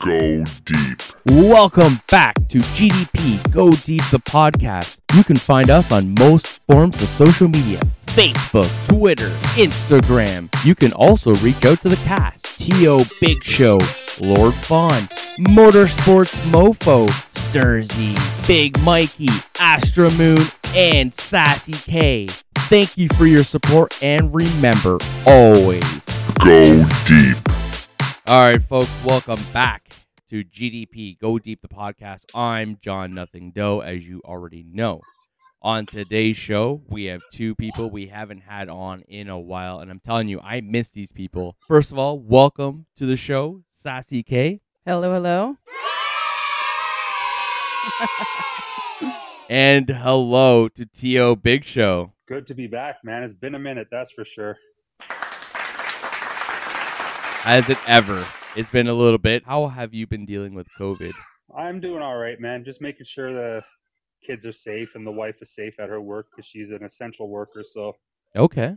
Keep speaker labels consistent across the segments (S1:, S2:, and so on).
S1: Go Deep.
S2: Welcome back to GDP Go Deep the podcast. You can find us on most forms of social media Facebook, Twitter, Instagram. You can also reach out to the cast T.O. Big Show, Lord Fawn, Motorsports Mofo, Sturzy, Big Mikey, Astra Moon, and Sassy K. Thank you for your support and remember always.
S1: Go Deep.
S2: All right, folks, welcome back to GDP Go Deep the podcast. I'm John Nothing Doe, as you already know. On today's show, we have two people we haven't had on in a while, and I'm telling you, I miss these people. First of all, welcome to the show, Sassy K,
S3: Hello, hello.
S2: and hello to T.O. Big Show.
S4: Good to be back, man. It's been a minute, that's for sure.
S2: As it ever, it's been a little bit. How have you been dealing with COVID?
S4: I'm doing all right, man. Just making sure the kids are safe and the wife is safe at her work because she's an essential worker. So,
S2: Okay.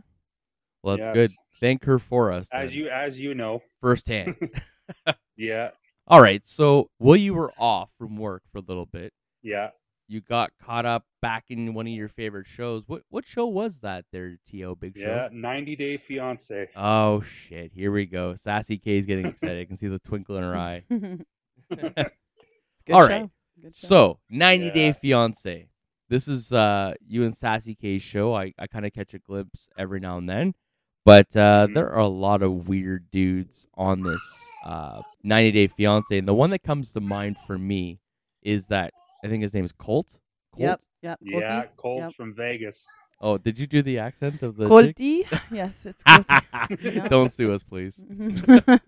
S2: Well, that's
S4: Yes.
S2: good. Thank her for us.
S4: as
S2: then,
S4: you as you know,
S2: firsthand.
S4: yeah,
S2: All right. So while you were off from work for a little bit,
S4: yeah.
S2: you got caught up back in one of your favorite shows. What what show was that there, T.O. Big Show?
S4: Yeah, 90 Day Fiance.
S2: Oh shit, here we go. Sassy K's getting excited. I can see the twinkle in her eye.
S3: Good
S2: All right.
S3: show. Good show.
S2: So, 90 Day
S4: Yeah.
S2: Fiance. This is uh you and Sassy K's show. I, I kind of catch a glimpse every now and then. But uh,
S3: Mm-hmm.
S4: Mhm.
S2: there are a lot of weird dudes on this uh, 90 Day Fiance. And the one that comes to mind for me is that I think his name is Colt. Colt?
S3: Yep. Yep. Colty.
S4: Yeah, Colt
S3: Yep.
S4: from Vegas.
S2: Oh, did you do the accent of the chick?
S3: Colty. Yes, it's Colty. Yeah.
S2: Don't sue us, please.
S3: Mhm.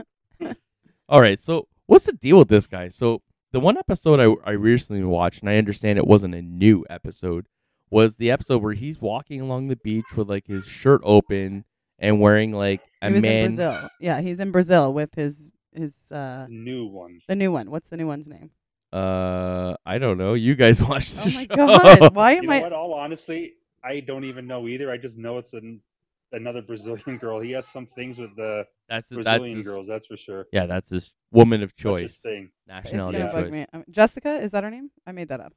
S2: All right, so what's the deal with this guy? So the one episode I, I recently watched, and I understand it wasn't a new episode, was the episode where he's walking along the beach with like his shirt open and wearing like a
S3: he was in
S2: man.
S3: Brazil. Yeah, he's in Brazil with his his uh
S4: New one.
S3: the new one. What's the new one's name?
S2: Uh, I don't know. You guys watched the
S3: Oh my
S2: show.
S3: god! Why
S4: You
S3: am
S4: know
S3: I?
S4: what? All honestly, I don't even know either. I just know it's an, another Brazilian girl. He has some things with the
S2: That's that's
S4: Brazilian
S2: his,
S4: girls, that's for sure.
S2: Yeah, that's his woman of
S4: That's his
S2: choice,
S4: thing.
S3: It's
S2: nationality
S3: gonna
S4: yeah.
S2: of
S3: bug
S2: choice.
S3: me. Um, Jessica is that her name? I made that up.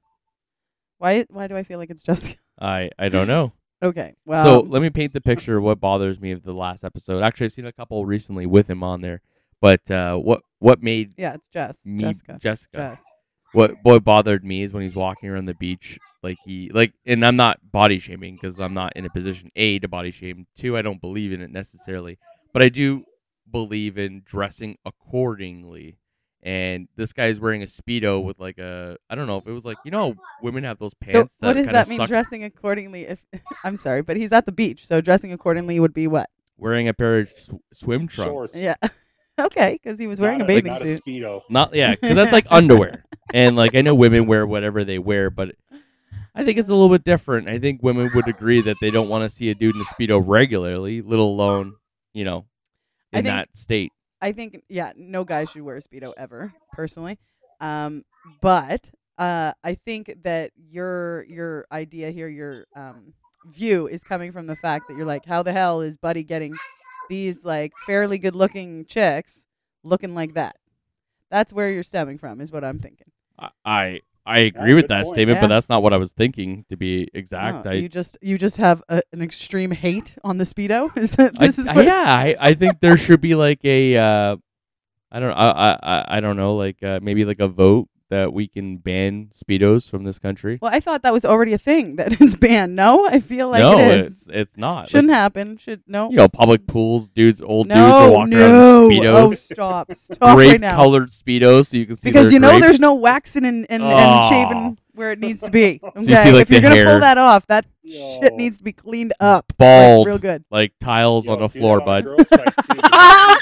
S3: Why? Why do I feel like it's Jessica?
S2: I I don't know.
S3: Okay. Well. um,
S2: so let me paint the picture of what bothers me of the last episode. Actually, I've seen a couple recently with him on there, but uh, what what made
S3: yeah, it's Jess.
S2: me
S3: Jessica.
S2: Jessica
S3: Jess.
S2: what what bothered me is when he's walking around the beach like he like and I'm not body shaming because I'm not in a position a to body shame two I don't believe in it necessarily but I do believe in dressing accordingly and this guy's wearing a speedo with like a I don't know if it was like you know how women have those pants
S3: So
S2: that
S3: what does
S2: kinda
S3: that mean?
S2: suck-
S3: Dressing accordingly. If I'm sorry, but he's at the beach, so dressing accordingly would be what?
S2: wearing a pair of sw- swim trunks
S4: Shorts.
S3: Yeah. okay, because he was wearing a
S4: Not
S3: bathing
S4: not
S3: suit.
S4: A speedo.
S2: Not yeah, 'cause that's like underwear, and like I know women wear whatever they wear, but I think it's a little bit different. I think women would agree that they don't want to see a dude in a speedo regularly, let alone you know
S3: I
S2: in
S3: think-
S2: that state.
S3: I think yeah, no guy should wear a speedo ever, personally. Um, but uh, I think that your your idea here, your um, view is coming from the fact that you're like, how the hell is Buddy getting these like fairly good looking chicks looking like that? That's where you're stemming from, is what I'm thinking.
S2: I I, I agree
S4: That's
S2: with
S4: a good
S2: that
S4: point.
S2: statement, but
S3: Yeah.
S2: that's not what I was thinking to be exact.
S3: No,
S2: I,
S3: you just you just have a, an extreme hate on the speedo. Is that
S2: I-
S3: this is
S2: I-
S3: what?
S2: yeah, I, I think there should be like a uh, I don't I I- I I don't know like uh, maybe like a vote that we can ban speedos from this country.
S3: Well, I thought that was already a thing that is banned. No, I feel like
S2: no,
S3: it is.
S2: it's it's not. Like,
S3: Shouldn't happen. Should no.
S2: you know, public pools, dudes, old
S3: no,
S2: dudes are walking
S3: no.
S2: around in speedos,
S3: Oh, stop, stop right
S2: grape
S3: now.
S2: colored speedos, so you can see
S3: because
S2: their
S3: you know
S2: grapes.
S3: there's no waxing and, and,
S2: Aw.
S3: and shaving where it needs to be.
S4: So
S3: Okay,
S2: you see, like,
S3: if you're
S2: the
S3: gonna
S2: hair. Mm.
S3: pull that off, that
S4: Yo.
S3: shit needs to be cleaned up, like,
S2: Bald.
S3: real good.
S2: like tiles
S4: Yo,
S2: on a
S4: do that
S2: floor,
S4: a
S2: bud.
S4: girl's site, too, because-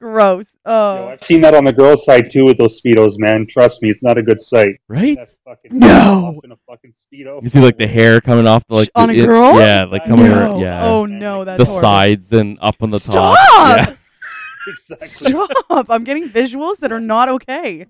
S3: Gross.
S4: Yo,
S3: Oh
S4: I've seen that on the girls' side too with those speedos, man. Trust me, it's not a good sight.
S2: Right?
S4: That's fucking
S3: No.
S4: off in a fucking speedo.
S2: You see like the hair coming off the like
S3: On
S2: the-
S3: a
S2: it-
S3: girl?
S2: yeah, like coming
S3: no.
S2: around, yeah,
S3: Oh no,
S2: the
S3: that's horrible.
S2: sides and up on the
S3: Stop!
S2: top. Yeah.
S4: Exactly.
S3: Stop! I'm getting visuals that are not okay.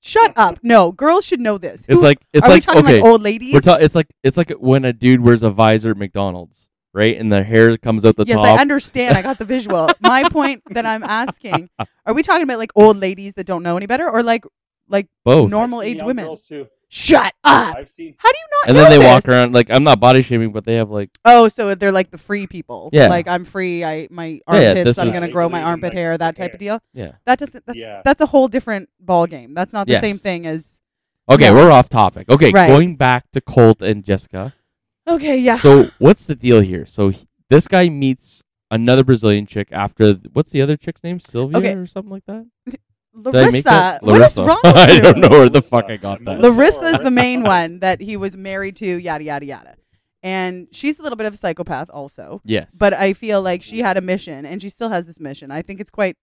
S3: Shut up! No, girls should know this.
S2: It's
S3: Who-
S2: like it's
S3: are we
S2: like
S3: talking
S2: okay,
S3: like old ladies?
S2: we're ta- it's like it's like when a dude wears a visor at McDonald's, right? And the hair comes out the
S3: yes,
S2: top.
S3: I understand. I got the visual. My point that I'm asking: Are we talking about like old ladies that don't know any better, or like like
S2: Both.
S3: nor-
S4: I've
S3: Normal
S4: seen
S3: age
S4: young
S3: women.
S4: Girls too.
S3: shut up?
S4: I've seen.
S3: How do you not?
S2: and
S3: know
S2: then they
S3: this?
S2: walk around like I'm not body shaming, but they have like
S3: Oh, so they're like the free people.
S2: Yeah.
S3: Like I'm free. I my
S2: Yeah, yeah,
S3: armpits.
S2: this
S3: I'm
S2: is-
S3: gonna grow my
S4: Basically,
S3: armpit
S4: like,
S3: hair. That type
S4: hair.
S3: of deal.
S2: yeah.
S3: That doesn't. That's
S4: Yeah.
S3: that's a whole different ball game. That's not the
S2: Yes.
S3: same thing as.
S2: Okay,
S3: No.
S2: we're off topic. Okay,
S3: Right.
S2: going back to Colt and Jessica.
S3: Okay. Yeah.
S2: So what's the deal here? So he- this guy meets another Brazilian chick after what's the other chick's name? Sylvia
S3: Okay.
S2: or something like that. Did I make
S3: Larissa.
S2: that?
S3: What is wrong with
S2: I
S3: you?
S2: don't know where the
S4: Larissa.
S2: fuck I got that.
S4: Larissa.
S3: Larissa's the main one that he was married to. Yada yada yada. And she's a little bit of a psychopath, also.
S2: Yes,
S3: but I feel like she had a mission and she still has this mission. I think it's quite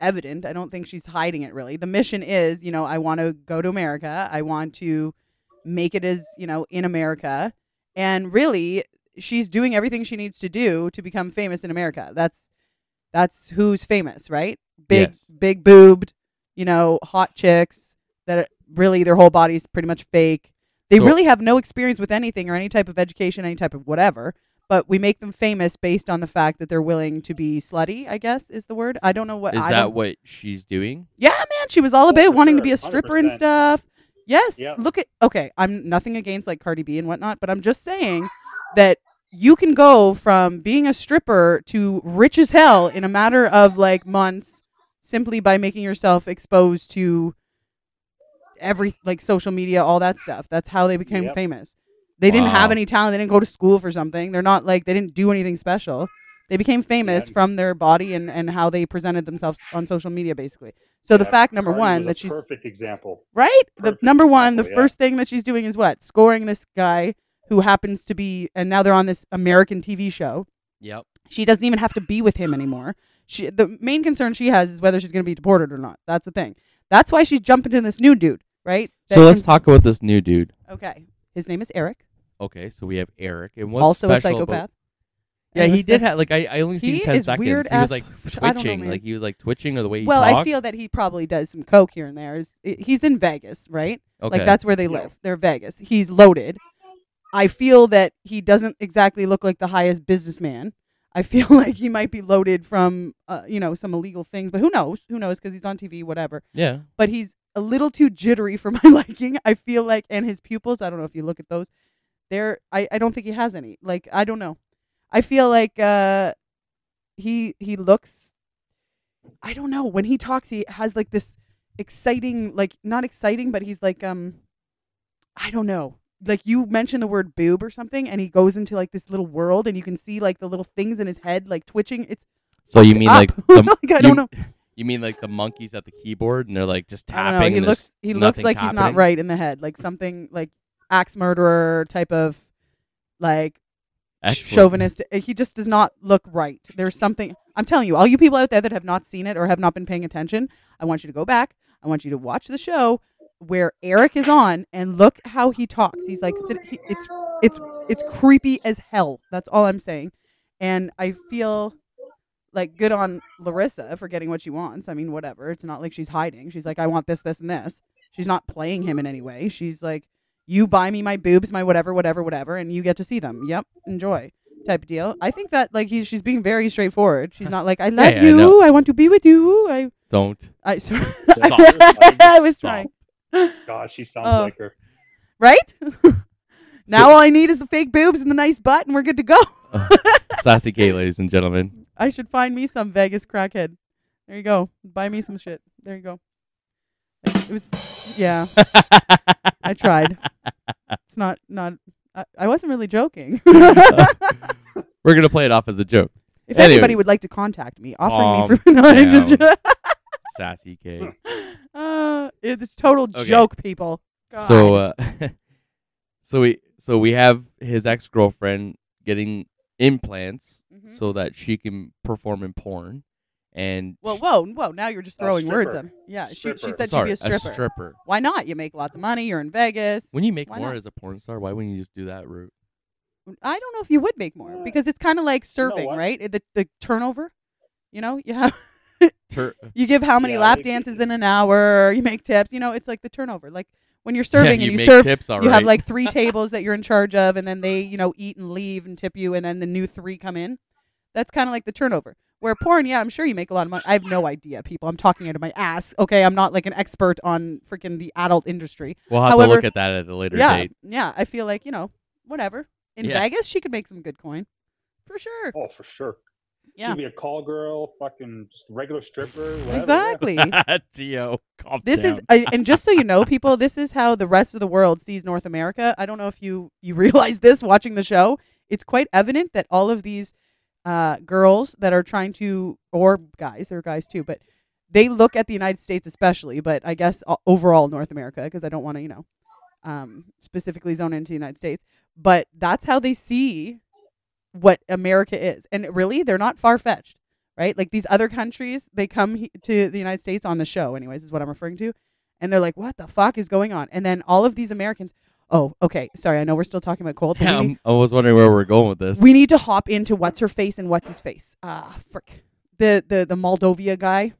S3: evident. I don't think she's hiding it really. The mission is, you know, I want to go to America. I want to make it as, you know, in America. And really, she's doing everything she needs to do to become famous in America. That's that's who's famous, right? Big
S2: Yes.
S3: big boobed, you know, hot chicks that are really their whole body's pretty much fake. They
S2: So-
S3: really have no experience with anything or any type of education, any type of whatever but we make them famous based on the fact that they're willing to be slutty. I guess is the word. I don't know what.
S2: is
S3: I
S2: that
S3: don't-
S2: what she's doing?
S3: yeah, man, she was all about
S4: Oh, for
S3: wanting to
S4: sure,
S3: be a stripper and
S4: 100%.
S3: stuff. Yes,
S4: Yep.
S3: look at. Okay, I'm nothing against like Cardi B and whatnot, but I'm just saying that you can go from being a stripper to rich as hell in a matter of like months simply by making yourself exposed to every like social media, all that stuff. That's how they became
S4: Yep.
S3: famous. They didn't have
S2: Wow.
S3: any talent. They didn't go to school for something. They're not like they didn't do anything special. They became famous
S4: Yeah.
S3: from their body and, and how they presented themselves on social media, basically. So the
S4: Yeah,
S3: fact number
S4: Cardi was
S3: one
S4: a
S3: that she's
S4: perfect example.
S3: right, the
S4: perfect
S3: number one, the
S4: example, yeah.
S3: first thing that she's doing is what scoring this guy who happens to be, and now they're on this American TV show.
S2: Yep.
S3: She doesn't even have to be with him anymore. She, the main concern she has is whether she's going to be deported or not. That's the thing. That's why she's jumping to this new dude, right?
S2: So
S3: That
S2: let's
S3: can-
S2: talk about this new dude.
S3: Okay, his name is Eric,
S2: Okay, so we have Eric, and what's
S3: also a
S2: special about-
S3: psychopath.
S2: yeah,
S3: And
S2: he
S3: what's
S2: did
S3: the-
S2: have like I, I only
S3: He
S2: seen ten
S3: is
S2: seconds.
S3: weird
S2: he was
S3: as
S2: like
S3: fuck. I don't know,
S2: twitching,
S3: man.
S2: like he was like twitching or the way he
S3: well, I
S2: talked.
S3: feel that he probably does some coke here and there. Is- He's in Vegas, right?
S2: okay.
S3: Like that's where they
S4: Yeah.
S3: live. They're Vegas. He's loaded. I feel that he doesn't exactly look like the highest businessman. I feel like he might be loaded from uh, you know some illegal things, but who knows? Who knows? Because he's on TV, whatever.
S2: yeah.
S3: But he's a little too jittery for my liking. I feel like, and his pupils. I don't know if you look at those. They're. I. I don't think he has any. Like I don't know. I feel like uh, he he looks. I don't know. When he talks, he has like this exciting, like not exciting, but he's like um, I don't know. Like you mentioned the word boob or something, and he goes into like this little world, and you can see like the little things in his head like twitching. It's
S2: So you mean
S3: up.
S2: like the,
S3: Like, I
S2: you-
S3: don't know.
S2: You mean like the monkeys at the keyboard and they're like just
S3: I
S2: tapping?
S3: don't know. He
S2: and
S3: looks
S2: there's
S3: he looks
S2: nothing's
S3: like he's not
S2: happening?
S3: right in the head, like something like axe murderer type of like
S2: Excellent.
S3: chauvinist. eh, He just does not look right. There's something. I'm telling you, all you people out there that have not seen it or have not been paying attention, I want you to go back. I want you to watch the show where Eric is on and look how he talks. He's like, sit- he, it's it's it's creepy as hell. That's all I'm saying. And I feel like good on Larissa for getting what she wants. I mean, whatever. It's not like she's hiding. She's like, I want this, this, and this. She's not playing him in any way. She's like, you buy me my boobs, my whatever, whatever, whatever, and you get to see them. Yep, enjoy type of deal. I think that like he's she's being very straightforward. She's not like I love
S2: yeah, I
S3: you,
S2: know.
S3: I want to be with you. I
S2: Don't.
S3: I sorry.
S2: Stop.
S3: I was
S2: Stop.
S3: trying.
S4: Gosh, she sounds
S3: Oh.
S4: like her.
S3: Right? now
S2: So-
S3: all I need is the fake boobs and the nice butt, and we're good to go.
S2: Sassy gay, ladies and gentlemen.
S3: I should find me some Vegas crackhead. There you go. Buy me some shit. There you go. It was, yeah. I tried. It's not not. I, I wasn't really joking.
S2: We're gonna play it off as a joke.
S3: If anybody
S2: Anyways.
S3: would like to contact me, offering
S2: Calm
S3: me for no, I'm just
S2: down. Sassy gay.
S3: uh, it's total
S2: Okay.
S3: joke, people. Oh, God.
S2: So uh, so we so we have his ex girlfriend getting implants
S3: Mhm.
S2: so that she can perform in porn, and
S3: well,
S2: she-
S3: whoa, whoa! Now you're just
S4: A
S3: throwing words at
S4: stripper.
S3: me. Yeah, she, she
S4: Stripper.
S3: said
S2: sorry,
S3: she'd be a stripper.
S2: stripper.
S3: Why not? You make lots of money. You're in Vegas.
S2: When you make
S3: Why
S2: more
S3: not?
S2: as a porn star, why wouldn't you just do that route?
S3: I don't know if you would make more because it's kind of like
S4: know
S3: serving,
S4: what?
S3: right? Eh, The the turnover. You know, you have
S2: Tur-
S3: you give how many
S4: Yeah,
S3: lap
S4: like-
S3: dances in an hour? You make tips. You know, it's like the turnover. Like when you're serving
S2: you
S3: and you
S2: make
S3: serve
S2: tips, all
S3: you have
S2: right.
S3: like three tables that you're in charge of and then they you know eat and leave and tip you and then the new three come in that's kind of like the turnover where porn yeah i'm sure you make a lot of money i have no idea people i'm talking out of my ass okay i'm not like an expert on freaking the adult industry
S2: we'll have to
S3: however-
S2: look at that at a later
S3: yeah
S2: date.
S3: yeah i feel like you know whatever in
S2: Yeah.
S3: vegas she could make some good coin for sure
S4: Oh, for sure.
S3: Yeah.
S4: She'd be a call girl, fucking just a regular stripper, whatever. yeah.
S3: exactly
S2: Tio, calm
S3: this
S2: down.
S3: is I, and just so you know people this is how the rest of the world sees north america i don't know if you you realize this watching the show it's quite evident that all of these uh, girls that are trying to or guys there are guys too but they look at the united states especially but i guess o- overall north america because i don't want to you know um, specifically zone into the united states but that's how they see what america is and really they're not far-fetched right? Like these other countries, they come he- to the United States on the show, anyways, is what I'm referring to. And they're like, what the fuck is going on? And then all of these Americans, oh, okay, sorry, I know we're still talking about cold. but
S2: Yeah,
S3: we, need,
S2: I'm- I was wondering where we're going with this.
S3: we need to hop into what's her face and what's his face. Ah, frick. The, the, the Moldovia guy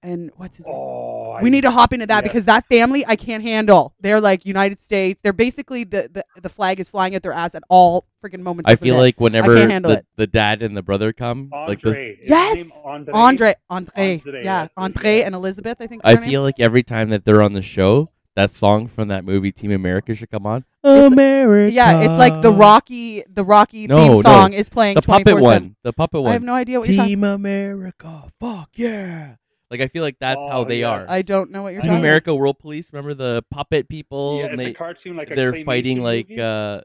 S3: and what's his name?
S4: Oh, I,
S3: We need to hop into that
S4: yeah.
S3: because that family I can't handle. They're like United States. They're basically the, the, the flag is flying at their ass at all freaking moments.
S2: I
S3: of the
S2: feel
S3: day.
S2: like whenever
S3: can't handle
S2: the,
S3: it.
S2: the dad and the brother come,
S4: Andre.
S2: like the,
S4: Is his
S3: Yes!
S4: name Andre.
S3: Andre, Andre,
S4: Andre,
S3: yeah,
S4: that's it,
S3: Andre
S4: yeah.
S3: and Elizabeth. I think is
S2: I
S3: her name.
S2: feel like every time that they're on the show, that song from that movie Team America should come on.
S3: It's-
S2: America.
S3: Yeah, it's like the Rocky the Rocky
S2: uh, No, no.
S3: theme song is playing
S2: the
S3: twenty
S2: puppet
S3: four seven.
S2: one, the puppet
S3: I have
S2: one.
S3: no idea what you're talking.
S2: Team America, fuck yeah! Like I feel like that's how
S4: Oh,
S2: they
S4: yes.
S2: are.
S3: I don't know what you're
S2: Team
S3: talking.
S2: America, World Police. Remember the puppet people?
S4: Yeah,
S2: and
S4: it's
S2: they
S4: a cartoon like a
S2: they're
S4: claymation
S2: fighting like
S4: movie.
S2: uh,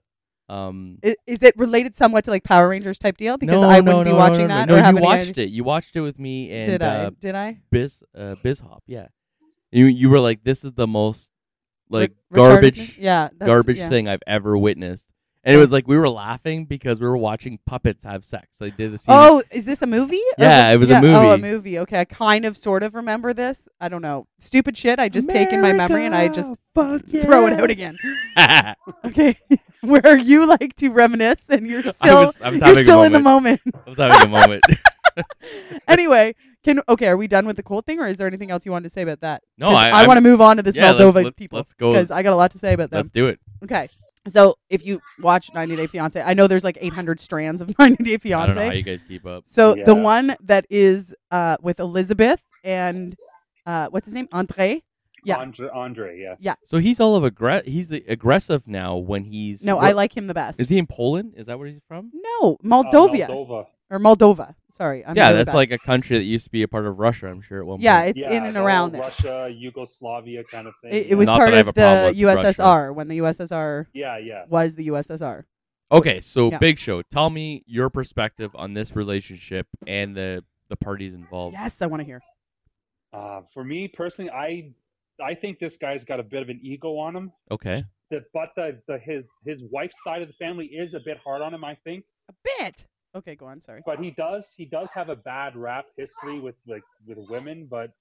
S2: um.
S3: About. I- Is, it related somewhat to like Power Rangers type deal? Because
S2: no,
S3: I
S2: no,
S3: wouldn't be
S2: no, no,
S3: watching
S2: no,
S3: that.
S2: No,
S3: or
S2: no
S3: have
S2: you
S3: any
S2: watched
S3: idea-
S2: it. You watched it with me and
S3: Did I?
S2: uh,
S3: Did I?
S2: Biz uh, Bizhop. Yeah, you you were like, this is the most like
S3: Re- retarded
S2: garbage
S3: thing? Yeah, that's,
S2: garbage
S3: yeah.
S2: thing I've ever witnessed. And it was like we were laughing because we were watching puppets have sex. They did the scene.
S3: Oh, is this a movie? Or
S2: Yeah,
S3: what-
S2: it was a
S3: Oh, a
S2: movie.
S3: movie. Okay, I kind of, sort of remember this. I don't know. Stupid shit. I just taken my memory and I just throw it out again.
S2: I
S3: Okay, where you like to reminisce and you're still
S2: was, I was
S3: you're
S2: having a
S3: still in the
S2: moment.
S3: moment.
S2: I was having a moment.
S3: anyway, can okay, are we done with the cold thing, or is there anything else you wanted to say about that?
S2: No,
S3: 'Cause
S2: I,
S3: I,
S2: I'm-
S3: want to move on to this
S2: yeah, let's-
S3: Moldova
S2: let's-
S3: people
S2: Let's go.
S3: because I got a lot to say about them.
S2: Let's do it.
S3: Okay, so if you watch 90 Day Fiance, I know there's like 800 strands of 90 Day
S2: I don't know how
S3: Fiance.
S2: you guys keep up.
S3: So the
S4: Yeah.
S3: one that is uh, with Elizabeth and uh, what's his name, Andre. yeah.
S4: Andre, Andre, yeah.
S2: So he's all of aggra- He's the aggressive now when he's.
S3: No, I
S2: what-
S3: like him the best.
S2: Is he in Poland? Is that where he's from?
S3: no,
S4: Uh,
S3: Moldova
S4: Moldova.
S3: or Moldova. Sorry, I'm
S2: yeah,
S3: really
S2: that's
S3: bad.
S2: like a country that used to be a part of Russia. I'm sure at one
S3: yeah,
S2: point.
S3: it's
S4: yeah,
S3: in and
S4: the whole
S3: around there.
S4: Russia, Yugoslavia kind of thing.
S3: It,
S4: yeah.
S3: it was
S2: Not that
S3: part
S2: I have
S3: of
S2: a problem
S3: the
S2: with Russia.
S3: USSR when the USSR
S4: Yeah, yeah.
S3: was the USSR.
S2: Okay, so
S3: Yeah.
S2: Big Show, tell me your perspective on this relationship and the the parties involved.
S3: Yes, I want to hear.
S4: Uh, for me personally, I I think this guy's got a bit of an ego on him.
S2: Okay.
S4: That, but the, the his his wife's side of the family is a bit hard on him, I think.
S3: A bit. Okay, go on. Sorry.
S4: But he does he does have a bad rap history with like with women. But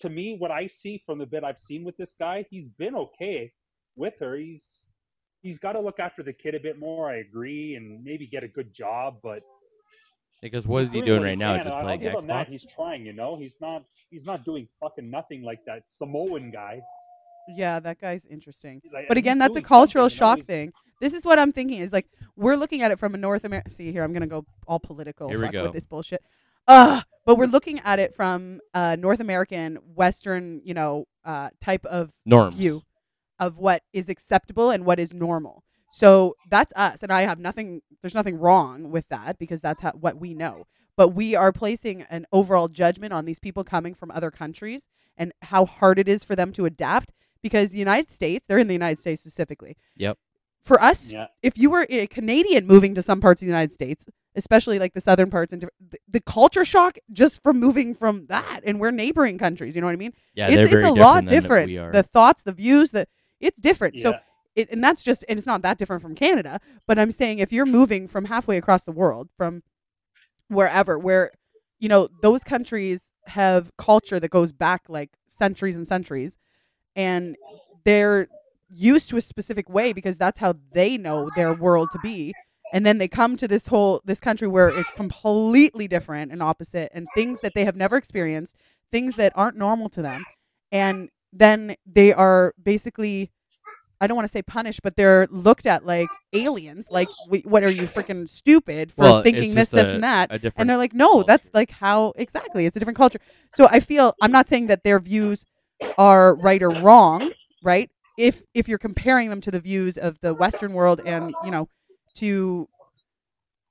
S4: to me, what I see from the bit I've seen with this guy, he's been okay with her. He's he's got to look after the kid a bit more. I agree, and maybe get a good job, but.
S2: Because what is he
S4: Doing
S2: doing
S4: what
S2: right
S4: he
S2: now?
S4: can.
S2: Just
S4: I'll
S2: playing
S4: give him that.
S2: Xbox.
S4: He's trying, you know. He's not. He's not doing fucking nothing like that Samoan guy.
S3: Yeah, that guy's interesting.
S4: Like,
S3: But
S4: he's
S3: again, that's a
S4: doing
S3: cultural
S4: something, you know,
S3: shock
S4: he's-
S3: thing. This is what I'm thinking is like we're looking at it from a North America. See here, I'm gonna go all political
S2: Here we
S3: fuck
S2: go.
S3: with this bullshit. Ugh. But we're looking at it from a North American, Western, you know, uh, type of
S2: Norms.
S3: view of what is acceptable and what is normal. So that's us, and I have nothing. There's nothing wrong with that because that's how, what we know. But we are placing an overall judgment on these people coming from other countries and how hard it is for them to adapt. Because the United States, they're in the United States specifically.
S2: Yep.
S3: For us,
S4: Yeah,
S3: if you were a Canadian moving to some parts of the United States, especially like the southern parts, and diff- the, the culture shock just from moving from that, and we're neighboring countries. You know what I mean?
S2: Yeah,
S3: it's
S2: they're
S3: it's
S2: very
S3: a lot
S2: than that
S3: different.
S2: We are.
S3: The thoughts, the views, the it's different.
S4: yeah.
S3: So it, and that's just and it's not that different from Canada, but I'm saying if you're moving from halfway across the world from wherever where you know those countries have culture that goes back like centuries and centuries and they're used to a specific way because that's how they know their world to be and then they come to this whole this country where it's completely different and opposite and things that they have never experienced things that aren't normal to them and then they are basically I don't want to say punished, but they're looked at like aliens. Like, we, what are you freaking stupid for
S2: Well, it's
S3: thinking this,
S2: just
S3: this,
S2: a-
S3: and that?
S2: a different
S3: and they're like, no, that's
S2: culture.
S3: like how exactly it's a different culture. So I feel I'm not saying that their views are right or wrong, right? If if you're comparing them to the views of the Western world and you know to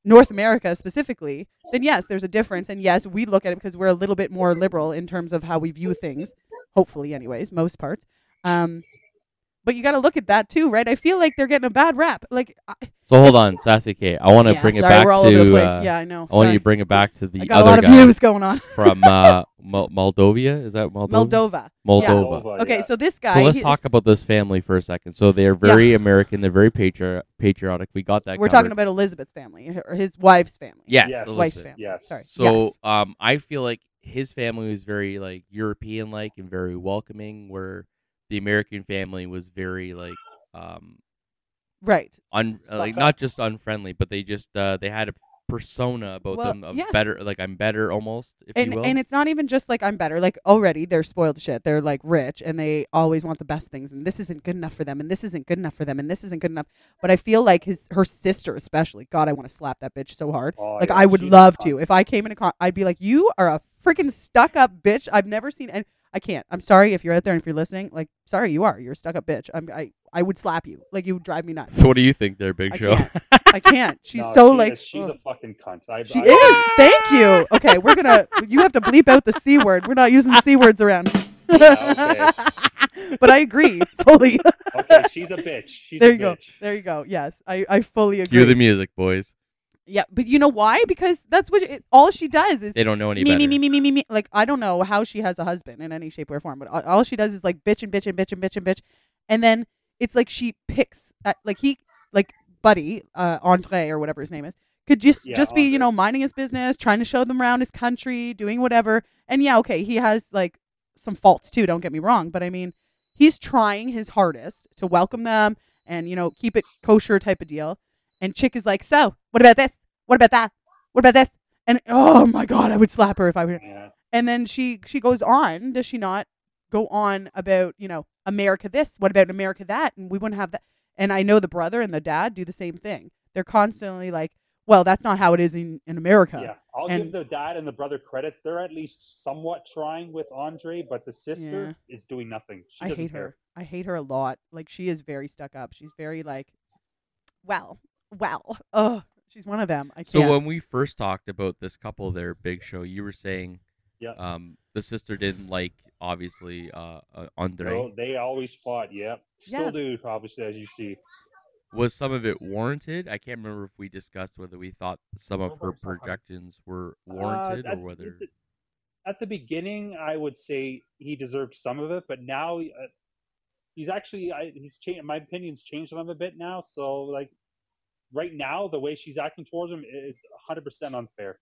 S3: North America specifically, then yes, there's a difference, and yes, we look at it because we're a little bit more liberal in terms of how we view things. Hopefully, anyways, most parts. Um, but you got to look at that too, right? I feel like they're getting a bad rap. Like, I
S2: So hold on, Sassy Kate. I want to bring it
S3: sorry,
S2: back
S3: we're all
S2: to.
S3: over the place.
S2: uh,
S3: yeah, I know.
S2: I want
S3: Sorry.
S2: you to bring it back to the
S3: I got a
S2: other
S3: lot of
S2: guy
S3: views going on.
S2: from uh, Mo- Moldova. Is that Moldova?
S3: Moldova.
S2: Moldova.
S4: Moldova,
S3: Okay,
S4: yeah.
S3: so this guy.
S2: So let's
S3: he-
S2: talk about this family for a second. So they are very American. They're very patri- patriotic. We got that.
S3: we're
S2: covered.
S3: talking about Elizabeth's family or his wife's family.
S2: yes,
S4: Yes.
S3: wife's
S2: Elizabeth.
S3: family.
S4: Yes.
S3: Sorry.
S2: So
S3: yes.
S2: um, I feel like his family was very like European like and very welcoming, where the American family was very like um
S3: right.
S2: un uh,
S4: Stuck
S2: like
S4: up.
S2: not just unfriendly, but they just uh they had a persona about
S3: Well,
S2: them of
S3: yeah.
S2: better like I'm better almost if
S3: And
S2: you will.
S3: and it's not even just like I'm better. Like already they're spoiled shit. They're like rich and they always want the best things and this isn't good enough for them and this isn't good enough for them and this isn't good enough. But I feel like his her sister especially. God, I want to slap that bitch so hard.
S4: Oh,
S3: Like
S4: yeah,
S3: I would
S4: she's
S3: love
S4: tough.
S3: to. If I came in a con, I'd be like, "You are a freaking stuck up bitch. I've never seen." And I can't. I'm sorry if you're out there and if you're listening. Like, sorry, you are. You're a stuck up bitch. I'm. I. I would slap you. Like, you would drive me nuts.
S2: so what do you think there, Big
S3: I
S2: Show?
S3: can't. I can't. She's
S4: No,
S3: so
S4: she
S3: like.
S4: is- she's
S3: ugh.
S4: a fucking cunt. I,
S3: she
S4: I-
S3: is. Thank you. Okay, we're gonna. You have to bleep out the c word. We're not using c words around.
S4: Yeah,
S3: but I agree fully.
S4: Okay, she's a bitch. She's
S3: there
S4: a
S3: you go.
S4: bitch.
S3: There you go. Yes, I. I fully agree.
S2: Cue the music, boys.
S3: yeah, but you know why? Because that's what it, all she does is
S2: They don't know any
S3: me,
S2: better.
S3: me, me, me, me, me, me. Like, I don't know how she has a husband in any shape or form, but all, all she does is like bitch and bitch and bitch and bitch and bitch. And then it's like she picks, at, like, he, like, Buddy, uh, Andre or whatever his name is, could just
S4: Yeah,
S3: just be, you
S4: Andre.
S3: know, minding his business, trying to show them around his country, doing whatever. And yeah, okay, he has like some faults too, don't get me wrong, but I mean, he's trying his hardest to welcome them and, you know, keep it kosher type of deal. And Chick is like, so, what about this? What about that? What about this? And oh my god, I would slap her if I were
S4: Yeah.
S3: and then she she goes on does she not go on about you know america this what about america that and we wouldn't have that and i know the brother and the dad do the same thing they're constantly like well that's not how it is in, in america
S4: Yeah, I'll
S3: And-
S4: give the dad and the brother credit. They're at least somewhat trying with Andre, but the sister is doing nothing. She
S3: i
S4: doesn't
S3: hate
S4: care.
S3: her i hate her a lot like she is very stuck up she's very like well well ugh she's one of them i
S2: So
S3: can't
S2: when we first talked about this couple there, Big Show, you were saying,
S4: Yeah.
S2: um, the sister didn't like obviously uh, uh Andre.
S4: No, they always fought. Yeah, still
S3: Yeah.
S4: do, obviously, as you see.
S2: Was some of it warranted? I can't remember if we discussed whether we thought some of her projections were warranted
S4: Uh,
S2: or
S4: at-
S2: whether.
S4: At the beginning, I would say he deserved some of it, but now uh, he's actually I, he's changed. My opinion's changed on him a bit now. So like right now, the way she's acting towards him is 100 percent unfair.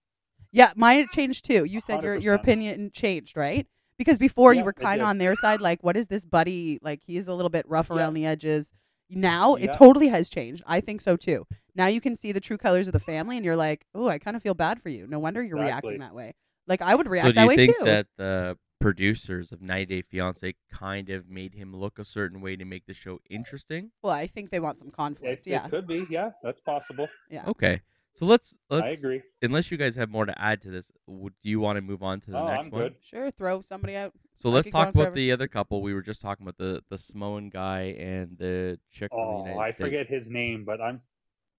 S3: Yeah, mine changed too. You said your your
S4: 100%.
S3: opinion changed, right? Because before you
S4: Yeah,
S3: were
S4: it
S3: kind
S4: did.
S3: of on their side, like, what is this buddy? Like, he's a little bit rough
S4: Yeah.
S3: around the edges. Now
S4: Yeah.
S3: it totally has changed. I think so too. Now you can see the true colors of the family, and you're like, oh, I kind of feel bad for you. No wonder you're
S4: Exactly.
S3: reacting that way. Like, I would react
S2: So do
S3: that way
S2: you think
S3: too.
S2: that the producers of 90 Day Fiance kind of made him look a certain way to make the show interesting?
S3: well, I think they want some
S4: It,
S3: conflict.
S4: it
S3: yeah,
S4: could be. Yeah, that's possible.
S3: yeah.
S2: Okay. So let's let's
S4: I agree.
S2: unless you guys have more to add to this, would do you want to move on to the
S4: Oh,
S2: next
S4: I'm
S2: one?
S4: good.
S3: Sure, throw somebody out.
S2: So
S3: I
S2: let's
S3: could go
S2: talk
S3: on
S2: about
S3: forever.
S2: the other couple. We were just talking about the the Samoan guy and the chick from the
S4: Oh,
S2: United
S4: I
S2: States.
S4: forget his name, but I'm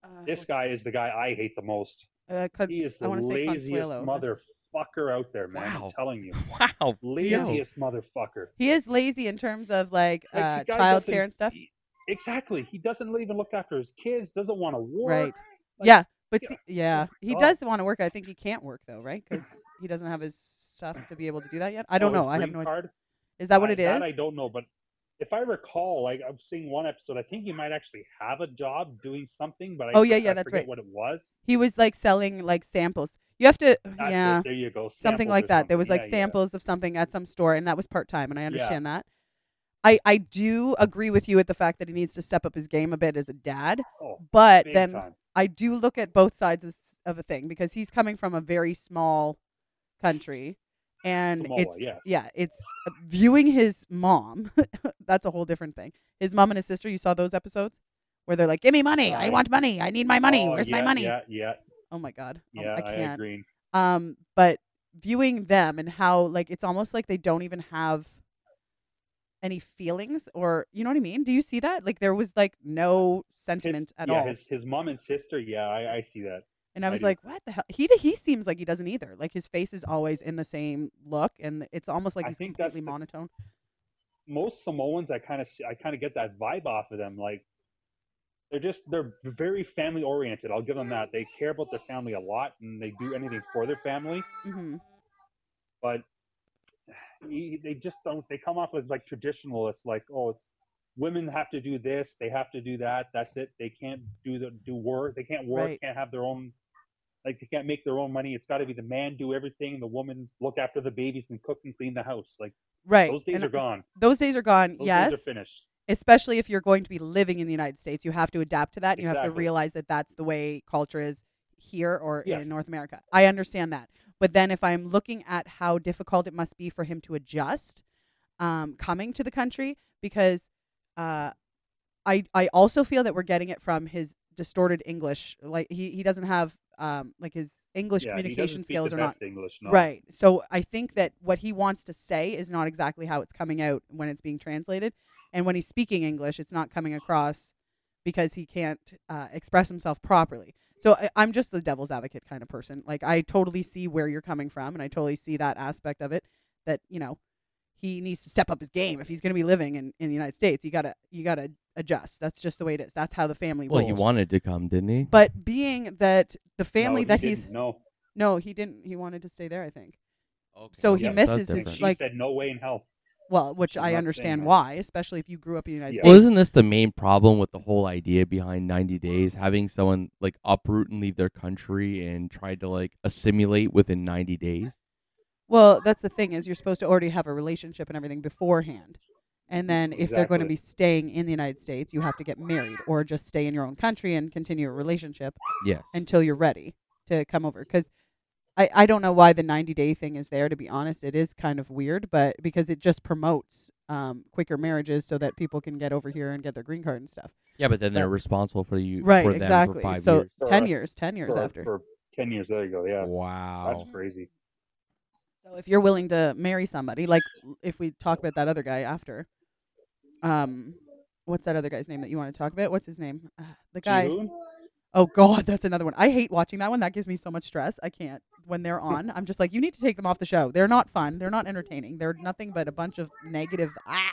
S3: Uh,
S4: this guy is the guy I hate the most.
S3: uh, Con-
S4: He is
S3: I
S4: the
S3: wanna say
S4: laziest
S3: Consuelo. That's-
S4: motherfucker out there, man.
S2: Wow.
S4: I'm telling you,
S2: Wow, Leo.
S4: laziest motherfucker.
S3: he is lazy in terms of like,
S4: Like,
S3: uh,
S4: the guy
S3: child
S4: doesn't-
S3: care and stuff.
S4: he- exactly. He doesn't even look after his kids. Doesn't want to work.
S3: Right.
S4: Like,
S3: yeah, but
S4: yeah.
S3: see, yeah,
S4: my
S3: he
S4: God.
S3: does want to work. I think he can't work though, right? Because he doesn't have his stuff to be able to do that yet. I don't
S4: Or Oh, his
S3: know. I have
S4: green
S3: no. idea.
S4: Card.
S3: Is that what
S4: I-
S3: it is?
S4: I don't know, but if I recall, like I'm seeing one episode, I think he might actually have a job doing something, but I,
S3: Oh, yeah,
S4: I
S3: yeah, that's
S4: forget
S3: right.
S4: What it was.
S3: He was like selling like samples. You have to,
S4: That's it.
S3: yeah,
S4: There you go.
S3: something
S4: samples
S3: like
S4: or
S3: that. There was like
S4: something. Yeah, yeah.
S3: samples of something at some store, and that was part time. And I understand that. I I do agree with you with the fact that he needs to step up his game a bit as a dad,
S4: Oh,
S3: but
S4: big
S3: then
S4: time.
S3: I do look at both sides of, s- of a thing because he's coming from a very small country and
S4: Samoa,
S3: it's
S4: yes.
S3: yeah, it's uh, viewing his mom. that's a whole different thing. His mom and his sister. You saw those episodes where they're like, "Give me money! I
S4: Right.
S3: want money! I need my money!
S4: Oh,
S3: Where's
S4: yeah,
S3: my money?"
S4: Yeah, yeah,
S3: Oh my god, Oh,
S4: yeah.
S3: I
S4: I,
S3: can't.
S4: agree.
S3: Um, but viewing them and how like it's almost like they don't even have any feelings or you know what I mean? Do you see that? Like there was like no
S4: His,
S3: sentiment at
S4: yeah,
S3: all.
S4: his his mom and sister. Yeah, I, I see that.
S3: and I
S4: I
S3: was
S4: do.
S3: like, what the hell? He d- he seems like he doesn't either. Like his face is always in the same look and it's almost like
S4: I
S3: he's
S4: think that's
S3: completely
S4: the-
S3: monotone.
S4: most Samoans, I kind of I kind of get that vibe off of them. Like they're just they're very family oriented. I'll give them that. They care about their family a lot, and they do anything for their family.
S3: hmm
S4: But y- they just don't. They come off as like traditionalists. Like oh, it's women have to do this, they have to do that. That's it. They can't do the do work. They can't work.
S3: Right.
S4: Can't have their own. Like they can't make their own money. It's got to be the man do everything, the woman look after the babies and cook and clean the house. Like
S3: Right.
S4: those days
S3: And
S4: are gone.
S3: Those days are gone.
S4: Those
S3: yes.
S4: days are finished.
S3: especially if you're going to be living in the United States, you have to adapt to that. And You have to
S4: Exactly.
S3: realize that that's the way culture is here or
S4: Yes.
S3: in North America. I understand that. But then if I'm looking at how difficult it must be for him to adjust um, coming to the country, because uh, I, I also feel that we're getting it from his distorted English. Like he, he doesn't have um, like his English
S4: Yeah, he doesn't
S3: communication
S4: speak
S3: skills
S4: the
S3: are not
S4: best English, no.
S3: Right. So I think that what he wants to say is not exactly how it's coming out when it's being translated. And when he's speaking English, it's not coming across because he can't uh, express himself properly. So I, I'm just the devil's advocate kind of person. Like, I totally see where you're coming from, and I totally see that aspect of it that, you know, he needs to step up his game if he's going to be living in, in the United States. You gotta you gotta adjust. That's just the way it is. That's how the family
S2: Well,
S3: rolls.
S2: he wanted to come, didn't he?
S3: but being that the
S4: No,
S3: family
S4: he
S3: that
S4: didn't.
S3: he's
S4: no.
S3: no, he didn't. He wanted to stay there. I think. So he
S4: Yeah,
S3: misses
S4: And
S3: his
S4: she
S3: like
S4: said no way in hell.
S3: well, which
S4: she's not
S3: I
S4: staying
S3: understand
S4: there.
S3: why, especially if you grew up in the United
S4: Yeah.
S2: Well,
S3: States.
S2: isn't this the main problem with the whole idea behind 90 days? Having someone like uproot and leave their country and try to like assimilate within 90 days?
S3: Well, that's the thing is you're supposed to already have a relationship and everything beforehand. And then if they're going to
S4: Exactly.
S3: be staying in the United States, you have to get married or just stay in your own country and continue a relationship
S2: Yes.
S3: until you're ready to come over cuz I, I don't know why the 90 day thing is there to be honest it is kind of weird but because it just promotes um, quicker marriages so that people can get over here and get their green card and stuff
S2: yeah, but then they're
S3: but-
S2: responsible for you
S3: right
S2: for them
S3: exactly
S2: for 5
S3: so
S2: years.
S3: 10
S4: For-
S3: years 10 years
S4: for,
S3: after
S4: for ten years. There you go. Yeah,
S2: Wow.
S4: that's crazy.
S3: So if you're willing to marry somebody, like l- if we talk about that other guy after, um, what's that other guy's name that you want to talk about? What's his name? Uh, the guy.
S4: Ji-hoon?
S3: Oh God, that's another one. I hate watching that one. That gives me so much stress. I can't when they're on. I'm just like, you need to take them off the show. They're not fun. They're not entertaining. They're nothing but a bunch of negative. Ah.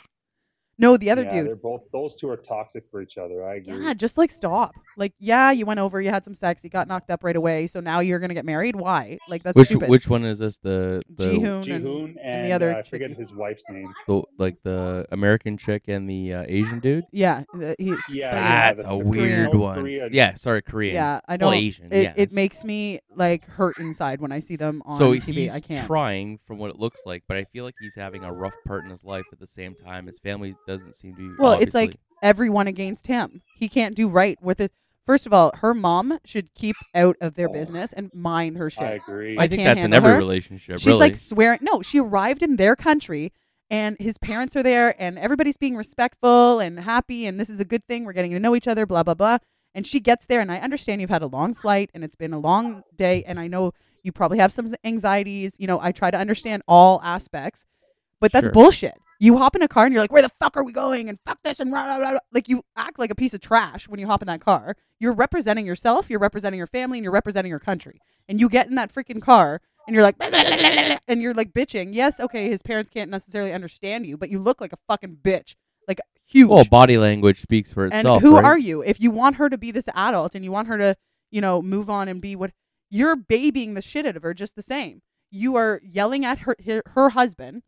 S3: No, the other
S4: yeah,
S3: dude.
S4: They're both. Those two are toxic for each other. I agree.
S3: Yeah, just like stop. Like, yeah, you went over, you had some sex, you got knocked up right away, so now you're gonna get married. Why? Like that's
S2: which
S3: stupid.
S2: which one is this the the,
S3: Jihoon and-
S4: Ji-hoon and,
S3: the other
S4: uh, I forget
S3: chick-
S4: his wife's name.
S2: the like the American chick and the uh, Asian dude?
S3: Yeah, the- he's
S4: Yeah, yeah,
S2: That's
S4: Uh, the-
S2: a
S4: the
S2: weird
S4: North
S2: one.
S4: Korean-
S2: Yeah, sorry, Korean.
S3: yeah. I
S2: Well,
S3: don't.
S2: Asian.
S3: it,
S2: yes.
S3: it makes me like hurt inside when I see them on
S2: so
S3: TV.
S2: he's
S3: I can't.
S2: trying from what it looks like, but I feel like he's having a rough part in his life at the same time. His family doesn't seem to be
S3: Well, it's like-
S2: obviously-
S3: Everyone against him. He can't do right with it. First of all, her mom should keep out of their business and mind her
S4: I
S3: shit.
S4: agree.
S2: I
S3: I
S2: think
S3: can't
S2: that's in
S3: handle
S2: every
S3: her.
S2: relationship,
S3: She's
S2: really.
S3: like swearing. No, she arrived in their country and his parents are there and everybody's being respectful and happy and this is a good thing. We're getting to know each other, blah, blah, blah. And she gets there and I understand you've had a long flight and it's been a long day and I know you probably have some anxieties. You know, I try to understand all aspects, but that's
S2: Sure.
S3: bullshit. You hop in a car and you're like, where the fuck are we going? And fuck this and rah, rah, rah, rah. Like you act like a piece of trash when you hop in that car. You're representing yourself, you're representing your family, and you're representing your country. And you get in that freaking car and you're like "Blah, blah, blah, blah, blah," and you're like bitching. Yes, okay, his parents can't necessarily understand you, but you look like a fucking bitch, like huge.
S2: well, body language speaks for
S3: and
S2: itself.
S3: who
S2: right?
S3: are you? If you want her to be this adult and you want her to, you know, move on and be what you're babying the shit out of her just the same. You are yelling at her her, her husband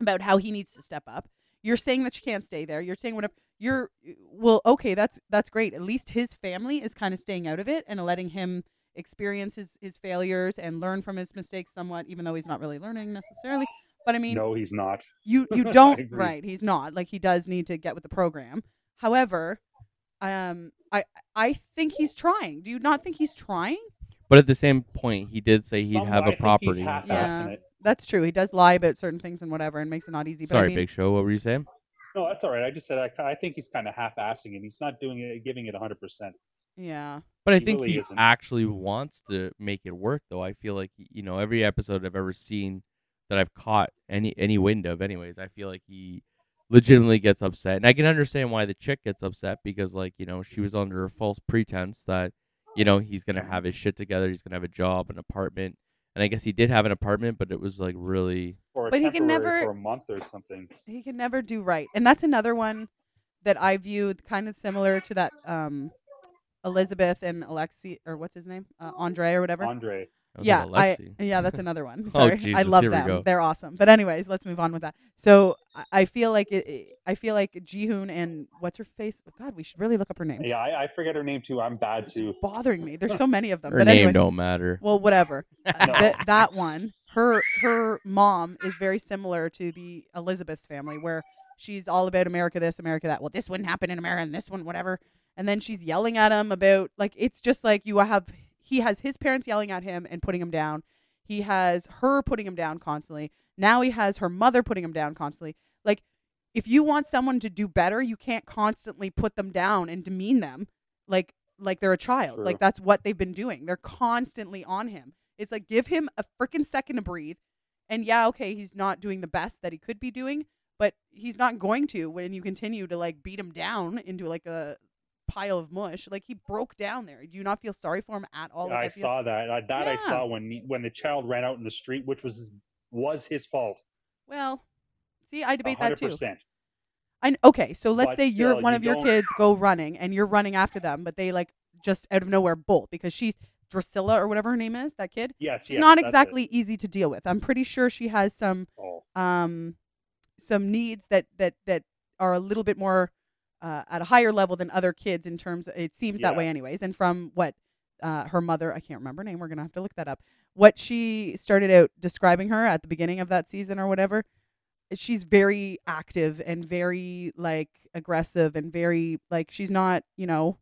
S3: about how he needs to step up. You're saying that she can't stay there. You're saying whatever. You're well, okay, that's that's great. At least his family is kind of staying out of it and letting him experience his, his failures and learn from his mistakes somewhat, even though he's not really learning necessarily. But I mean,
S4: no, he's not.
S3: you you
S4: I
S3: don't
S4: agree.
S3: right he's not like he does need to get with the program however um i i think he's trying do you not think he's trying
S2: But at the same point, he did say he'd
S4: Somewhat,
S2: have
S4: I
S2: a
S4: think he's
S2: property. and
S4: half-assing
S2: stuff.
S3: Yeah.
S4: it.
S3: that's true. He does lie about certain things and whatever, and makes it not easy. But
S2: Sorry,
S3: I mean,
S2: Big Show. What were you saying?
S4: No, that's all right. I just said I, I think he's kind of half-assing it. He's not doing it, giving it 100. percent
S3: yeah,
S2: But I
S4: He
S2: think
S4: really
S2: he
S4: isn't.
S2: actually wants to make it work, though. I feel like you know every episode I've ever seen that I've caught any any wind of, anyways. I feel like he legitimately gets upset, and I can understand why the chick gets upset because, like, you know, she was under a false pretense that you know he's gonna have his shit together, he's gonna have a job, an apartment, and I guess he did have an apartment, but it was like really
S4: Or
S3: But he can
S4: temporary
S3: never-
S4: for a month or something.
S3: he can never do right, and that's another one that I viewed kind of similar to that um, Elizabeth and Alexi or what's his name, uh, Andre or whatever.
S4: Andre,
S2: I was like,
S3: yeah,
S2: "Alexi."
S3: I, yeah, that's another one.
S2: Oh,
S3: Sorry, I
S2: Jesus,
S3: love
S2: here we
S3: them.
S2: go.
S3: They're awesome. But anyways, let's move on with that. So I- I feel like it- it, I feel like Jihoon and what's her face? God, we should really look up her name.
S4: Yeah, I, I forget her name too. I'm bad too.
S3: It's bothering me. There's so many of them.
S2: her
S3: but
S2: name
S3: anyways,
S2: don't matter.
S3: well, whatever. Uh,
S4: No.
S3: th- that one, her her mom is very similar to the Elizabeth's family, where she's all about America this, America that. Well, this wouldn't happen in America, and this one, whatever. And then she's yelling at him about like it's just like you have he has his parents yelling at him and putting him down. He has her putting him down constantly. Now he has her mother putting him down constantly. Like if you want someone to do better, you can't constantly put them down and demean them like like they're a child.
S4: True.
S3: Like that's what they've been doing. They're constantly on him. It's like give him a freaking second to breathe. And yeah, okay, he's not doing the best that he could be doing, but he's not going to when you continue to like beat him down into like a pile of mush. Like he broke down there. Do you not feel sorry for him at all? Like,
S4: I
S3: feel-
S4: saw that. I, that I
S3: Yeah.
S4: saw when when the child ran out in the street, which was was his fault.
S3: Well, see, I debate that too.
S4: 100%.
S3: I, kn- okay, so let's
S4: But
S3: say you're
S4: still,
S3: one
S4: you
S3: of your
S4: don't-
S3: kids go running and you're running after them, but they like just out of nowhere bolt because she's Drusilla or whatever her name is, that kid.
S4: Yes,
S3: She's
S4: yes,
S3: not
S4: that's it.
S3: exactly easy to deal with. I'm pretty sure she has some
S4: Oh,
S3: um, some needs that that that are a little bit more uh, at a higher level than other kids in terms. it seems that
S4: Yeah.
S3: way, anyways. And from what uh, her mother, I can't remember her name. We're gonna have to look that up. What she started out describing her at the beginning of that season or whatever, she's very active and very like aggressive and very like she's not you know.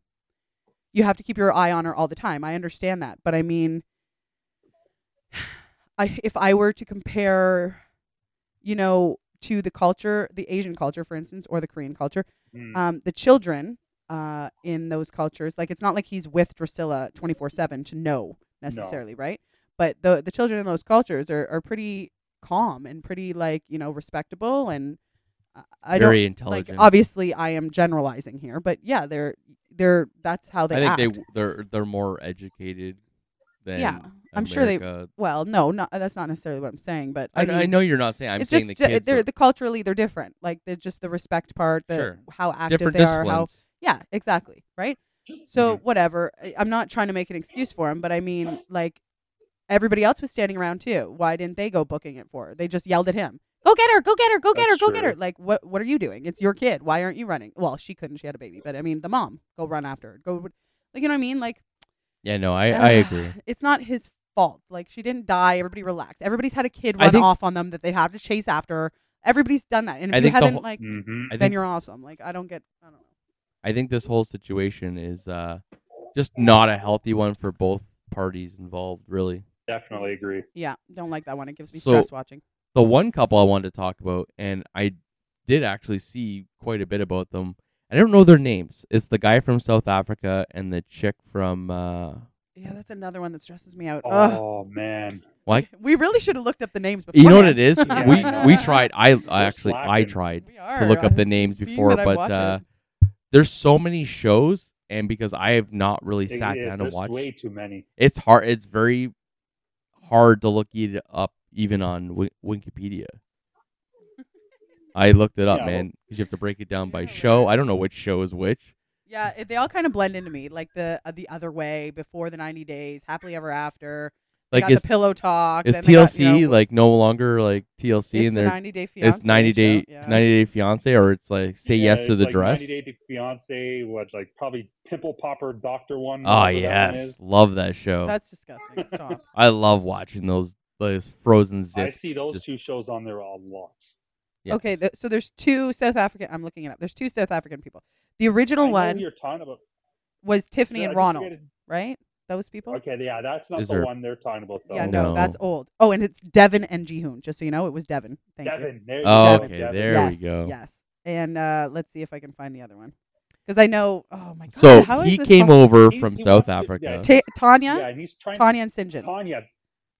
S3: You have to keep your eye on her all the time. I understand that, but I mean, I, if I were to compare you know, to the culture, the Asian culture, for instance, or the Korean culture,
S4: mm.
S3: um, the children uh, in those cultures, like it's not like he's with Drusilla 24 7 to know necessarily, right? But the, the children in those cultures are, are pretty calm and pretty, like, you know, respectable. And uh, I
S2: Very
S3: don't, like,
S2: intelligent.
S3: obviously, I am generalizing here, but yeah, they're, they're, that's how they
S2: I think
S3: act.
S2: they w- they're they're more educated than
S3: Yeah, I'm sure they-
S2: America.
S3: well, no, not, that's not necessarily what I'm saying, but
S2: I,
S3: mean,
S2: I know you're not saying. I'm
S3: it's
S2: saying
S3: just
S2: the
S3: ju-
S2: kids
S3: they're
S2: are
S3: the culturally they're different. Like they're just the respect part, the
S2: Sure.
S3: how active
S2: different Mm-hmm.
S3: they
S2: disciplines.
S3: are, how yeah, exactly, right. So whatever. I- I'm not trying to make an excuse for him, but I mean, like everybody else was standing around too. Why didn't they go booking it for? her? They just yelled at him. Go get her! Go get her! Go get
S4: That's
S3: her! Go get
S4: true.
S3: her! Like what? What are you doing? It's your kid. Why aren't you running? Well, she couldn't. She had a baby, but I mean, the mom go run after her. Go, like you know what I mean? Like
S2: Yeah, no, I, I agree.
S3: it's not his fault. Like she didn't die. Everybody relax. Everybody's had a kid
S2: I
S3: run
S2: think-
S3: off on them that they'd have to chase after. Everybody's done that. And if
S2: I
S3: you
S2: think the
S3: haven't,
S2: whole- mm,
S3: like,
S4: Mhm.
S2: I
S3: then
S2: think
S3: you're awesome. Like I don't get. I don't know.
S2: I think this whole situation is uh, just not a healthy one for both parties involved. Really,
S4: Definitely agree.
S3: Yeah, don't like that one. It gives me
S2: So-
S3: stress watching.
S2: the one couple I wanted to talk about, and I did actually see quite a bit about them. I don't know their names. It's the guy from South Africa and the chick from. Uh,
S3: Yeah, that's another one that stresses me out. Ugh.
S4: Oh man,
S2: well, I-
S3: We really should have looked up the names before.
S2: you know what it is?
S4: Yeah,
S2: we
S4: I
S2: we
S4: know.
S2: tried. I, I actually I
S4: slacking.
S2: tried.
S3: We are.
S2: to look up
S3: I'm
S2: the names
S3: being
S2: before,
S3: that I
S2: but
S3: watch
S2: uh,
S3: it.
S2: there's so many shows, and because I have not really
S4: It
S2: sat
S4: is.
S2: down and
S4: There's
S2: watched,
S4: way too many.
S2: it's hard. It's very hard to look it up, even on w- Wikipedia. I looked it up,
S4: Yeah, well-
S2: man, because you have to break it down by
S3: Yeah,
S2: show.
S3: right.
S2: I don't know which show is which.
S3: yeah, it, they all kind of blend into me, like the uh, the other way, before the ninety days, happily ever after. They
S2: Like
S3: got
S2: is
S3: the pillow talk.
S2: is
S3: then they got,
S2: TLC
S3: you know,
S2: like no longer like TLC
S3: it's
S2: and
S3: the
S2: there
S3: ninety day fiance.
S2: it's ninety day
S3: show, yeah.
S2: ninety day fiance or it's like say
S4: Yeah,
S2: yes to
S4: it's
S2: the
S4: like
S2: dress.
S4: 90 Day to Fiance, what like probably pimple popper doctor one.
S2: Oh
S4: whatever that one
S2: yes,
S4: is.
S2: love that show.
S3: That's disgusting. Stop.
S2: I love watching those those frozen
S4: I
S2: zips.
S4: see those
S2: just-
S4: two shows on there a lot.
S2: Yes.
S3: Okay, th- so there's two South African. I'm looking it up. There's two South African people. The original
S4: I know who
S3: one
S4: You're talking about
S3: was Tiffany
S4: Yeah, I
S3: and
S4: just
S3: Ronald,
S4: forget his-
S3: right? Those people?
S4: Okay, yeah, that's not
S2: Is
S4: the
S2: there-
S4: one they're talking about though.
S3: Yeah, no,
S2: No.
S3: that's old. Oh, and it's Devin and Jihoon. Just so you know, it was Devin. Thank you.
S4: Devin. There you
S2: Oh,
S4: go,
S2: okay,
S4: Devin.
S2: there
S3: yes,
S2: we go.
S3: Yes. And uh, let's see if I can find the other one. Because I know. Oh my god.
S2: so
S3: how is
S2: he
S3: this
S2: came
S3: fuck-
S2: over
S4: He-
S2: from
S4: he
S2: South
S4: wants to- yeah,
S2: Africa.
S4: take-
S3: Ta- Tanya,
S4: Yeah, and he's trying
S3: Tanya and Sinjin.
S4: Tanya.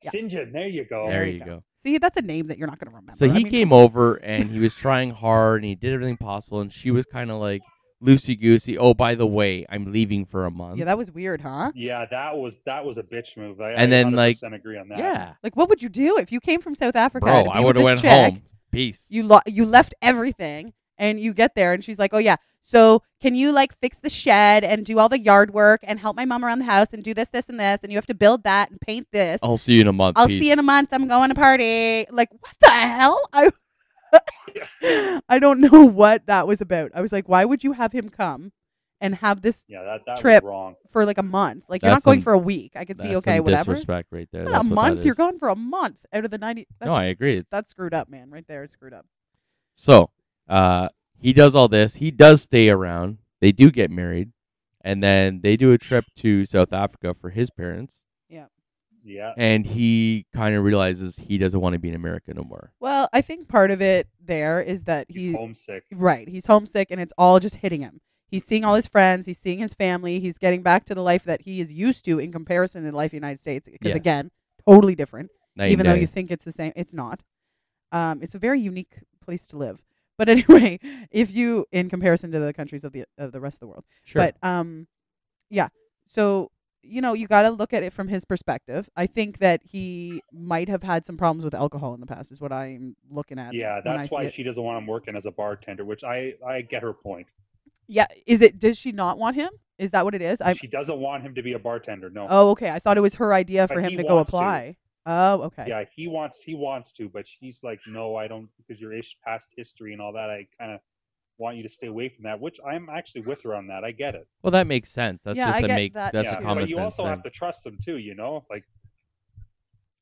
S3: Yeah.
S4: Sinjin, there you go.
S2: there you go.
S3: See, that's a name that you're not going to remember.
S2: So
S3: I
S2: he
S3: mean,
S2: came over and he was trying hard and he did everything possible and she was kind of like loosey goosey. Oh, by the way, I'm leaving for a month.
S3: Yeah, that was weird, huh?
S4: Yeah, that was that was a bitch move. I,
S2: And
S4: I
S2: then, like-
S4: 100% agree on that.
S2: yeah,
S3: Like, what would you do if you came from South Africa?
S2: bro,
S3: to be
S2: I
S3: with
S2: would have
S3: this
S2: went
S3: chick,
S2: home. Peace.
S3: You lo- you left everything, and you get there, and she's like, "Oh yeah, so can you like fix the shed and do all the yard work and help my mom around the house and do this, this, and this, and you have to build that and paint this.
S2: I'll see you in a month.
S3: I'll
S2: Oh, peace.
S3: see you in a month. I'm going to party. Like, what the hell? I I don't know what that was about. I was like, why would you have him come and have this
S4: Yeah, that, that
S3: Trip.
S4: was wrong.
S3: for like a month? Like, you're
S2: That's
S3: not going
S2: some-
S3: for a week. I could
S2: That's
S3: see, okay,
S2: some
S3: whatever.
S2: Disrespect right there.
S3: Not
S2: That's
S3: a
S2: what
S3: month.
S2: that
S3: You're
S2: is.
S3: going for a month out of the 90.
S2: No, I agree. It's-
S3: That's screwed up, man. Right there, it's screwed up.
S2: So uh, he does all this. He does stay around. They do get married, and then they do a trip to South Africa for his parents.
S4: Yeah.
S2: And he kind of realizes he doesn't want to be in America no more.
S3: Well, I think part of it there is that he,
S4: He's homesick.
S3: right, he's homesick and it's all just hitting him. He's seeing all his friends, he's seeing his family, he's getting back to the life that he is used to in comparison to the life in the United States. Because
S2: Yes.
S3: again, totally different.
S2: Night
S3: even
S2: and
S3: though
S2: day.
S3: you think it's the same, it's not. Um, it's a very unique place to live. But anyway, if you in comparison to the countries of the of the rest of the world.
S2: sure.
S3: But um, yeah. So you know, you got to look at it from his perspective. I think that he might have had some problems with alcohol in the past, is what I'm looking at.
S4: Yeah,
S3: when I
S4: that's
S3: see
S4: why
S3: it.
S4: she doesn't want him working as a bartender, which I I get her point.
S3: Yeah, is it? Does she not want him? Is that what it is? I.
S4: she doesn't want him to be a bartender. No.
S3: Oh, okay. I thought it was her idea
S4: But
S3: for him
S4: he
S3: to go
S4: wants to.
S3: apply. Oh, okay.
S4: Yeah, he wants he wants to, but she's like, no, I don't, because your ish past history and all that. I kind of want you to stay away from that, which I'm actually with her on that. I get it.
S2: Well, that makes sense. That's
S3: Yeah,
S2: just
S3: I
S2: a
S3: get
S2: make.
S3: that
S2: That's
S3: too.
S2: a
S3: Yeah,
S2: common
S4: but you
S2: sense
S4: also
S2: thing.
S4: have to trust him too. You know, like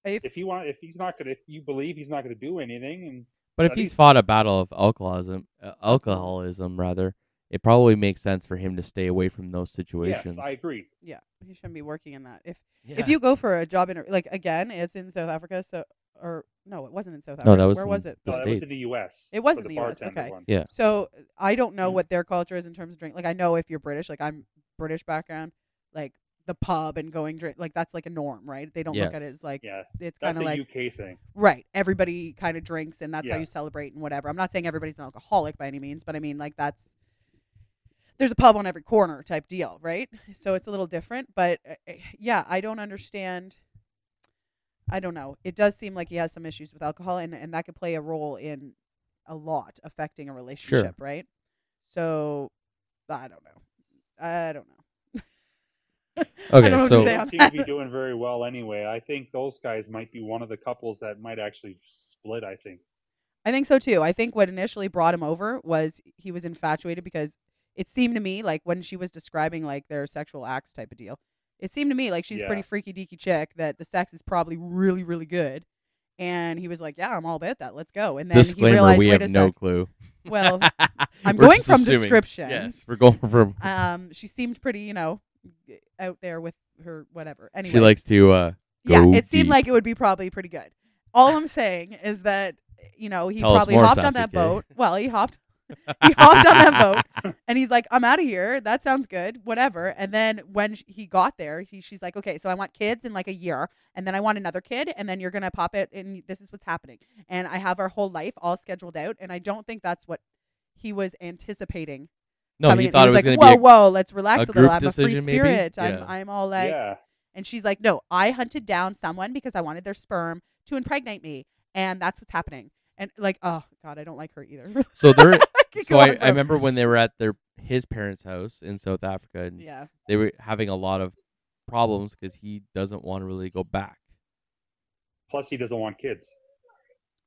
S3: If-
S4: if he want if he's not gonna if you believe he's not gonna do anything, and
S2: But if
S4: But
S2: he's
S4: he's-
S2: fought a battle of alcoholism, uh, alcoholism rather, it probably makes sense for him to stay away from those situations.
S4: yes, I agree.
S3: yeah. He shouldn't be working in that. If
S2: Yeah.
S3: if you go for a job interview, like again, it's in South Africa, so or no, it wasn't in South Africa.
S2: No, that was
S3: Where
S2: in
S3: was it?
S2: The
S4: No, Uh, that was in
S2: States.
S4: the U.S.
S3: It was
S4: for
S3: in the US,
S4: bartender
S3: okay.
S4: one.
S2: Yeah.
S3: So I don't know
S4: Mm.
S3: what their culture is in terms of drink. Like I know if you're British, like I'm British background, like the pub and going drink, like that's like a norm, right? They don't look at it
S2: Yes.
S3: as like
S4: Yeah,
S3: it's kind
S4: that's
S3: of like
S4: a UK thing.
S3: right. Everybody kind of drinks, and that's how
S4: Yeah.
S3: you celebrate and whatever. I'm not saying everybody's an alcoholic by any means, but I mean like that's there's a pub on every corner type deal, right? So it's a little different, but uh, uh, yeah, I don't understand. I don't know. It does seem like he has some issues with alcohol, and and that could play a role in a lot affecting a relationship, right? So I don't know. I don't know.
S2: Okay,
S3: I don't know
S2: so-
S3: what to say
S4: they
S3: on
S4: don't seem to
S3: that.
S4: be doing very well anyway. I think those guys might be one of the couples that might actually split. I think.
S3: I think so too. I think what initially brought him over was he was infatuated because it seemed to me like when she was describing like their sexual acts type of deal, it seemed to me like she's a pretty
S4: Yeah.
S3: freaky deaky chick that the sex is probably really really good, and he was like, yeah, I'm all about that. Let's go. And then he
S2: Disclaimer:
S3: realized,
S2: We
S3: wait
S2: have
S3: a
S2: no
S3: sec.
S2: clue.
S3: Well, I'm
S2: We're
S3: going
S2: just
S3: from
S2: assuming.
S3: description.
S2: Yes, we're going from.
S3: um, she seemed pretty, you know, g- out there with her whatever. Anyway,
S2: She likes to. Uh,
S3: yeah,
S2: go
S3: it seemed
S2: deep.
S3: like it would be probably pretty good. All I'm saying is that you know he
S2: Tell us
S3: probably
S2: more,
S3: hopped on that
S2: Sasuke.
S3: boat. Well, he hopped, he hopped on that boat, and he's like, "I'm out of here. That sounds good. Whatever." And then when sh- he got there, he, she's like, "Okay, so I want kids in like a year, and then I want another kid, and then you're gonna pop it, and this is what's happening." And I have our whole life all scheduled out, and I don't think that's what he was anticipating.
S2: no,
S3: coming
S2: he
S3: in.
S2: thought it was
S3: was
S2: going
S3: like,
S2: to be.
S3: "Whoa,
S2: a-
S3: whoa, let's relax
S2: a
S3: a, little.
S2: group
S3: I'm a free
S2: decision, maybe?
S3: spirit.
S2: Yeah.
S3: I'm, I'm all like."
S4: yeah,
S3: And she's like, No, I hunted down someone because I wanted their sperm to impregnate me. And that's what's happening. And like, oh God, I don't like her either.
S2: So there.
S3: could
S2: so
S3: go on
S2: I, I
S3: forever.
S2: remember when they were at their his parents' house in South Africa, and
S3: yeah.
S2: they were having a lot of problems because he doesn't want to really go back.
S4: plus he doesn't want kids.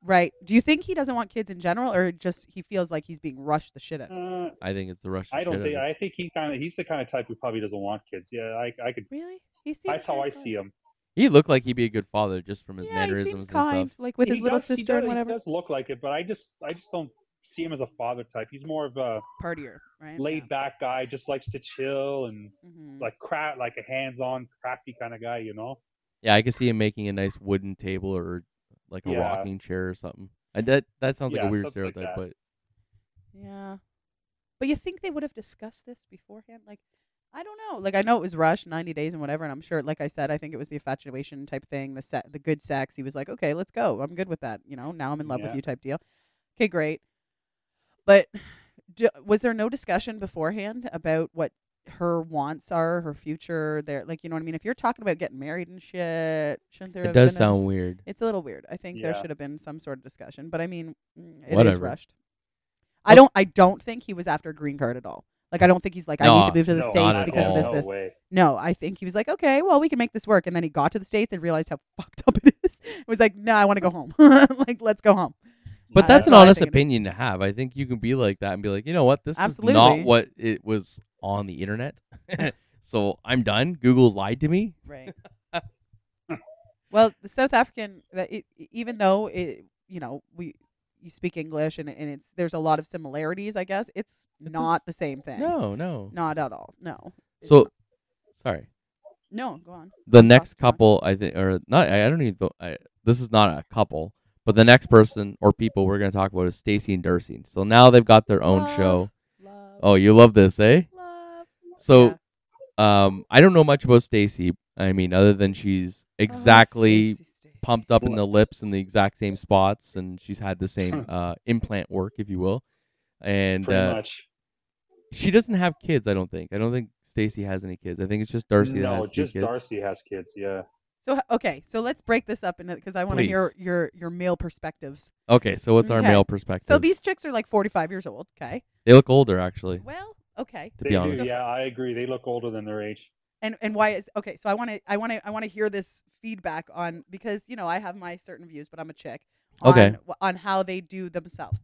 S3: Right. Do you think he doesn't want kids in general or just he feels like he's being rushed the shit out? of?
S4: Uh,
S2: I think it's the Russian.
S4: I don't
S2: shit
S4: think.
S2: out of it.
S4: I think he kind of he's the kind of type who probably doesn't want kids. Yeah, I I could.
S3: Really? He seems
S4: That's how
S3: kinda
S4: I
S3: fun.
S4: see him.
S2: He looked like he'd be a good father just from his
S3: Yeah, he
S2: mannerisms
S3: seems
S2: and stuff.
S3: kind, like with his
S4: He
S3: little
S4: does- he
S3: sister and
S4: does-
S3: whatever.
S4: He does look like it, but I just I just don't see him as a father type. He's more of a
S3: partier, right?
S4: laid back guy, just likes to chill and
S3: hmm
S4: like cra like a hands on, crafty kind of guy, you know?
S2: Yeah, I could see him making a nice wooden table or like a
S4: Yeah.
S2: rocking chair or something. And that that sounds like a
S4: Yeah,
S2: weird
S4: something like
S2: stereotype, but
S3: Yeah. But you think they would have discussed this beforehand? Like, I don't know. Like, I know it was Rush, 90 days and whatever. And I'm sure, like I said, I think it was the infatuation type thing, the se- the good sex. He was like, okay, let's go. I'm good with that. You know, now I'm in love with
S4: Yeah.
S3: you type deal. Okay, great. But d was there no discussion beforehand about what her wants are, her future? There, like, you know what I mean? If you're talking about getting married and shit, shouldn't there
S2: it
S3: have
S2: does
S3: been a dis-
S2: sound weird.
S3: it's a little weird. I think there
S4: Yeah.
S3: should have been some sort of discussion, but I mean, mm, it is
S2: Whatever.
S3: rushed. I don't. I don't think he was after a green card at all. Like I don't think he's like I need to
S2: No,
S3: move to the
S2: not
S4: No,
S3: states
S2: at
S3: because of
S2: all.
S3: this.
S4: No
S3: This.
S4: way.
S3: No, I think he was like, okay, well, we can make this work. And then he got to the states and realized how fucked up it is. It was like, no, I want to go home. like, let's go home.
S2: But
S3: Uh,
S2: that's an
S3: how I
S2: honest
S3: think it is.
S2: opinion to have. I think you can be like that and be like, you know what, this is not
S3: Absolutely.
S2: what it was on the internet. so I'm done. Google lied to me.
S3: Right. well, the South African, that it, even though it, you know, we you speak English and and it's there's a lot of similarities. I guess it's,
S2: It's a
S3: not
S2: s-
S3: the same thing.
S2: No, no.
S3: Not at all. No. It's
S2: So sorry.
S3: No, go on.
S2: the
S3: Talk,
S2: next
S3: go on.
S2: couple i think or not i I don't even th- I, this is not a couple but the next person or people we're going to talk about is stacy and Darcy. so now they've got their own
S3: Love,
S2: show
S3: Love,
S2: oh you love this eh
S3: love. Oh,
S2: so um i don't know much about stacy i mean other than she's
S3: Oh,
S2: exactly pumped up in the lips in the exact same spots and she's had the same uh implant work if you will and
S4: Hmm. Pretty
S2: uh,
S4: much.
S2: she doesn't have kids i don't think i don't think stacy has any kids i think it's just darcy that
S4: no,
S2: has two
S4: just
S2: kids
S4: Darcy has kids. Yeah.
S3: So h- okay, so let's break this up into because I want to hear
S2: Please.
S3: your your male perspectives.
S2: okay so what's our
S3: Okay.
S2: male perspective
S3: So these chicks are like 45 years old, okay?
S2: they look older actually
S3: Well, okay.
S2: to
S4: They
S2: be
S4: do,
S2: honest
S4: yeah, I agree. They look older than their age.
S3: And and why is okay, so I want to I want to I want to hear this feedback on because, you know, I have my certain views, but I'm a chick on
S2: Okay.
S3: wh- on how they do themselves.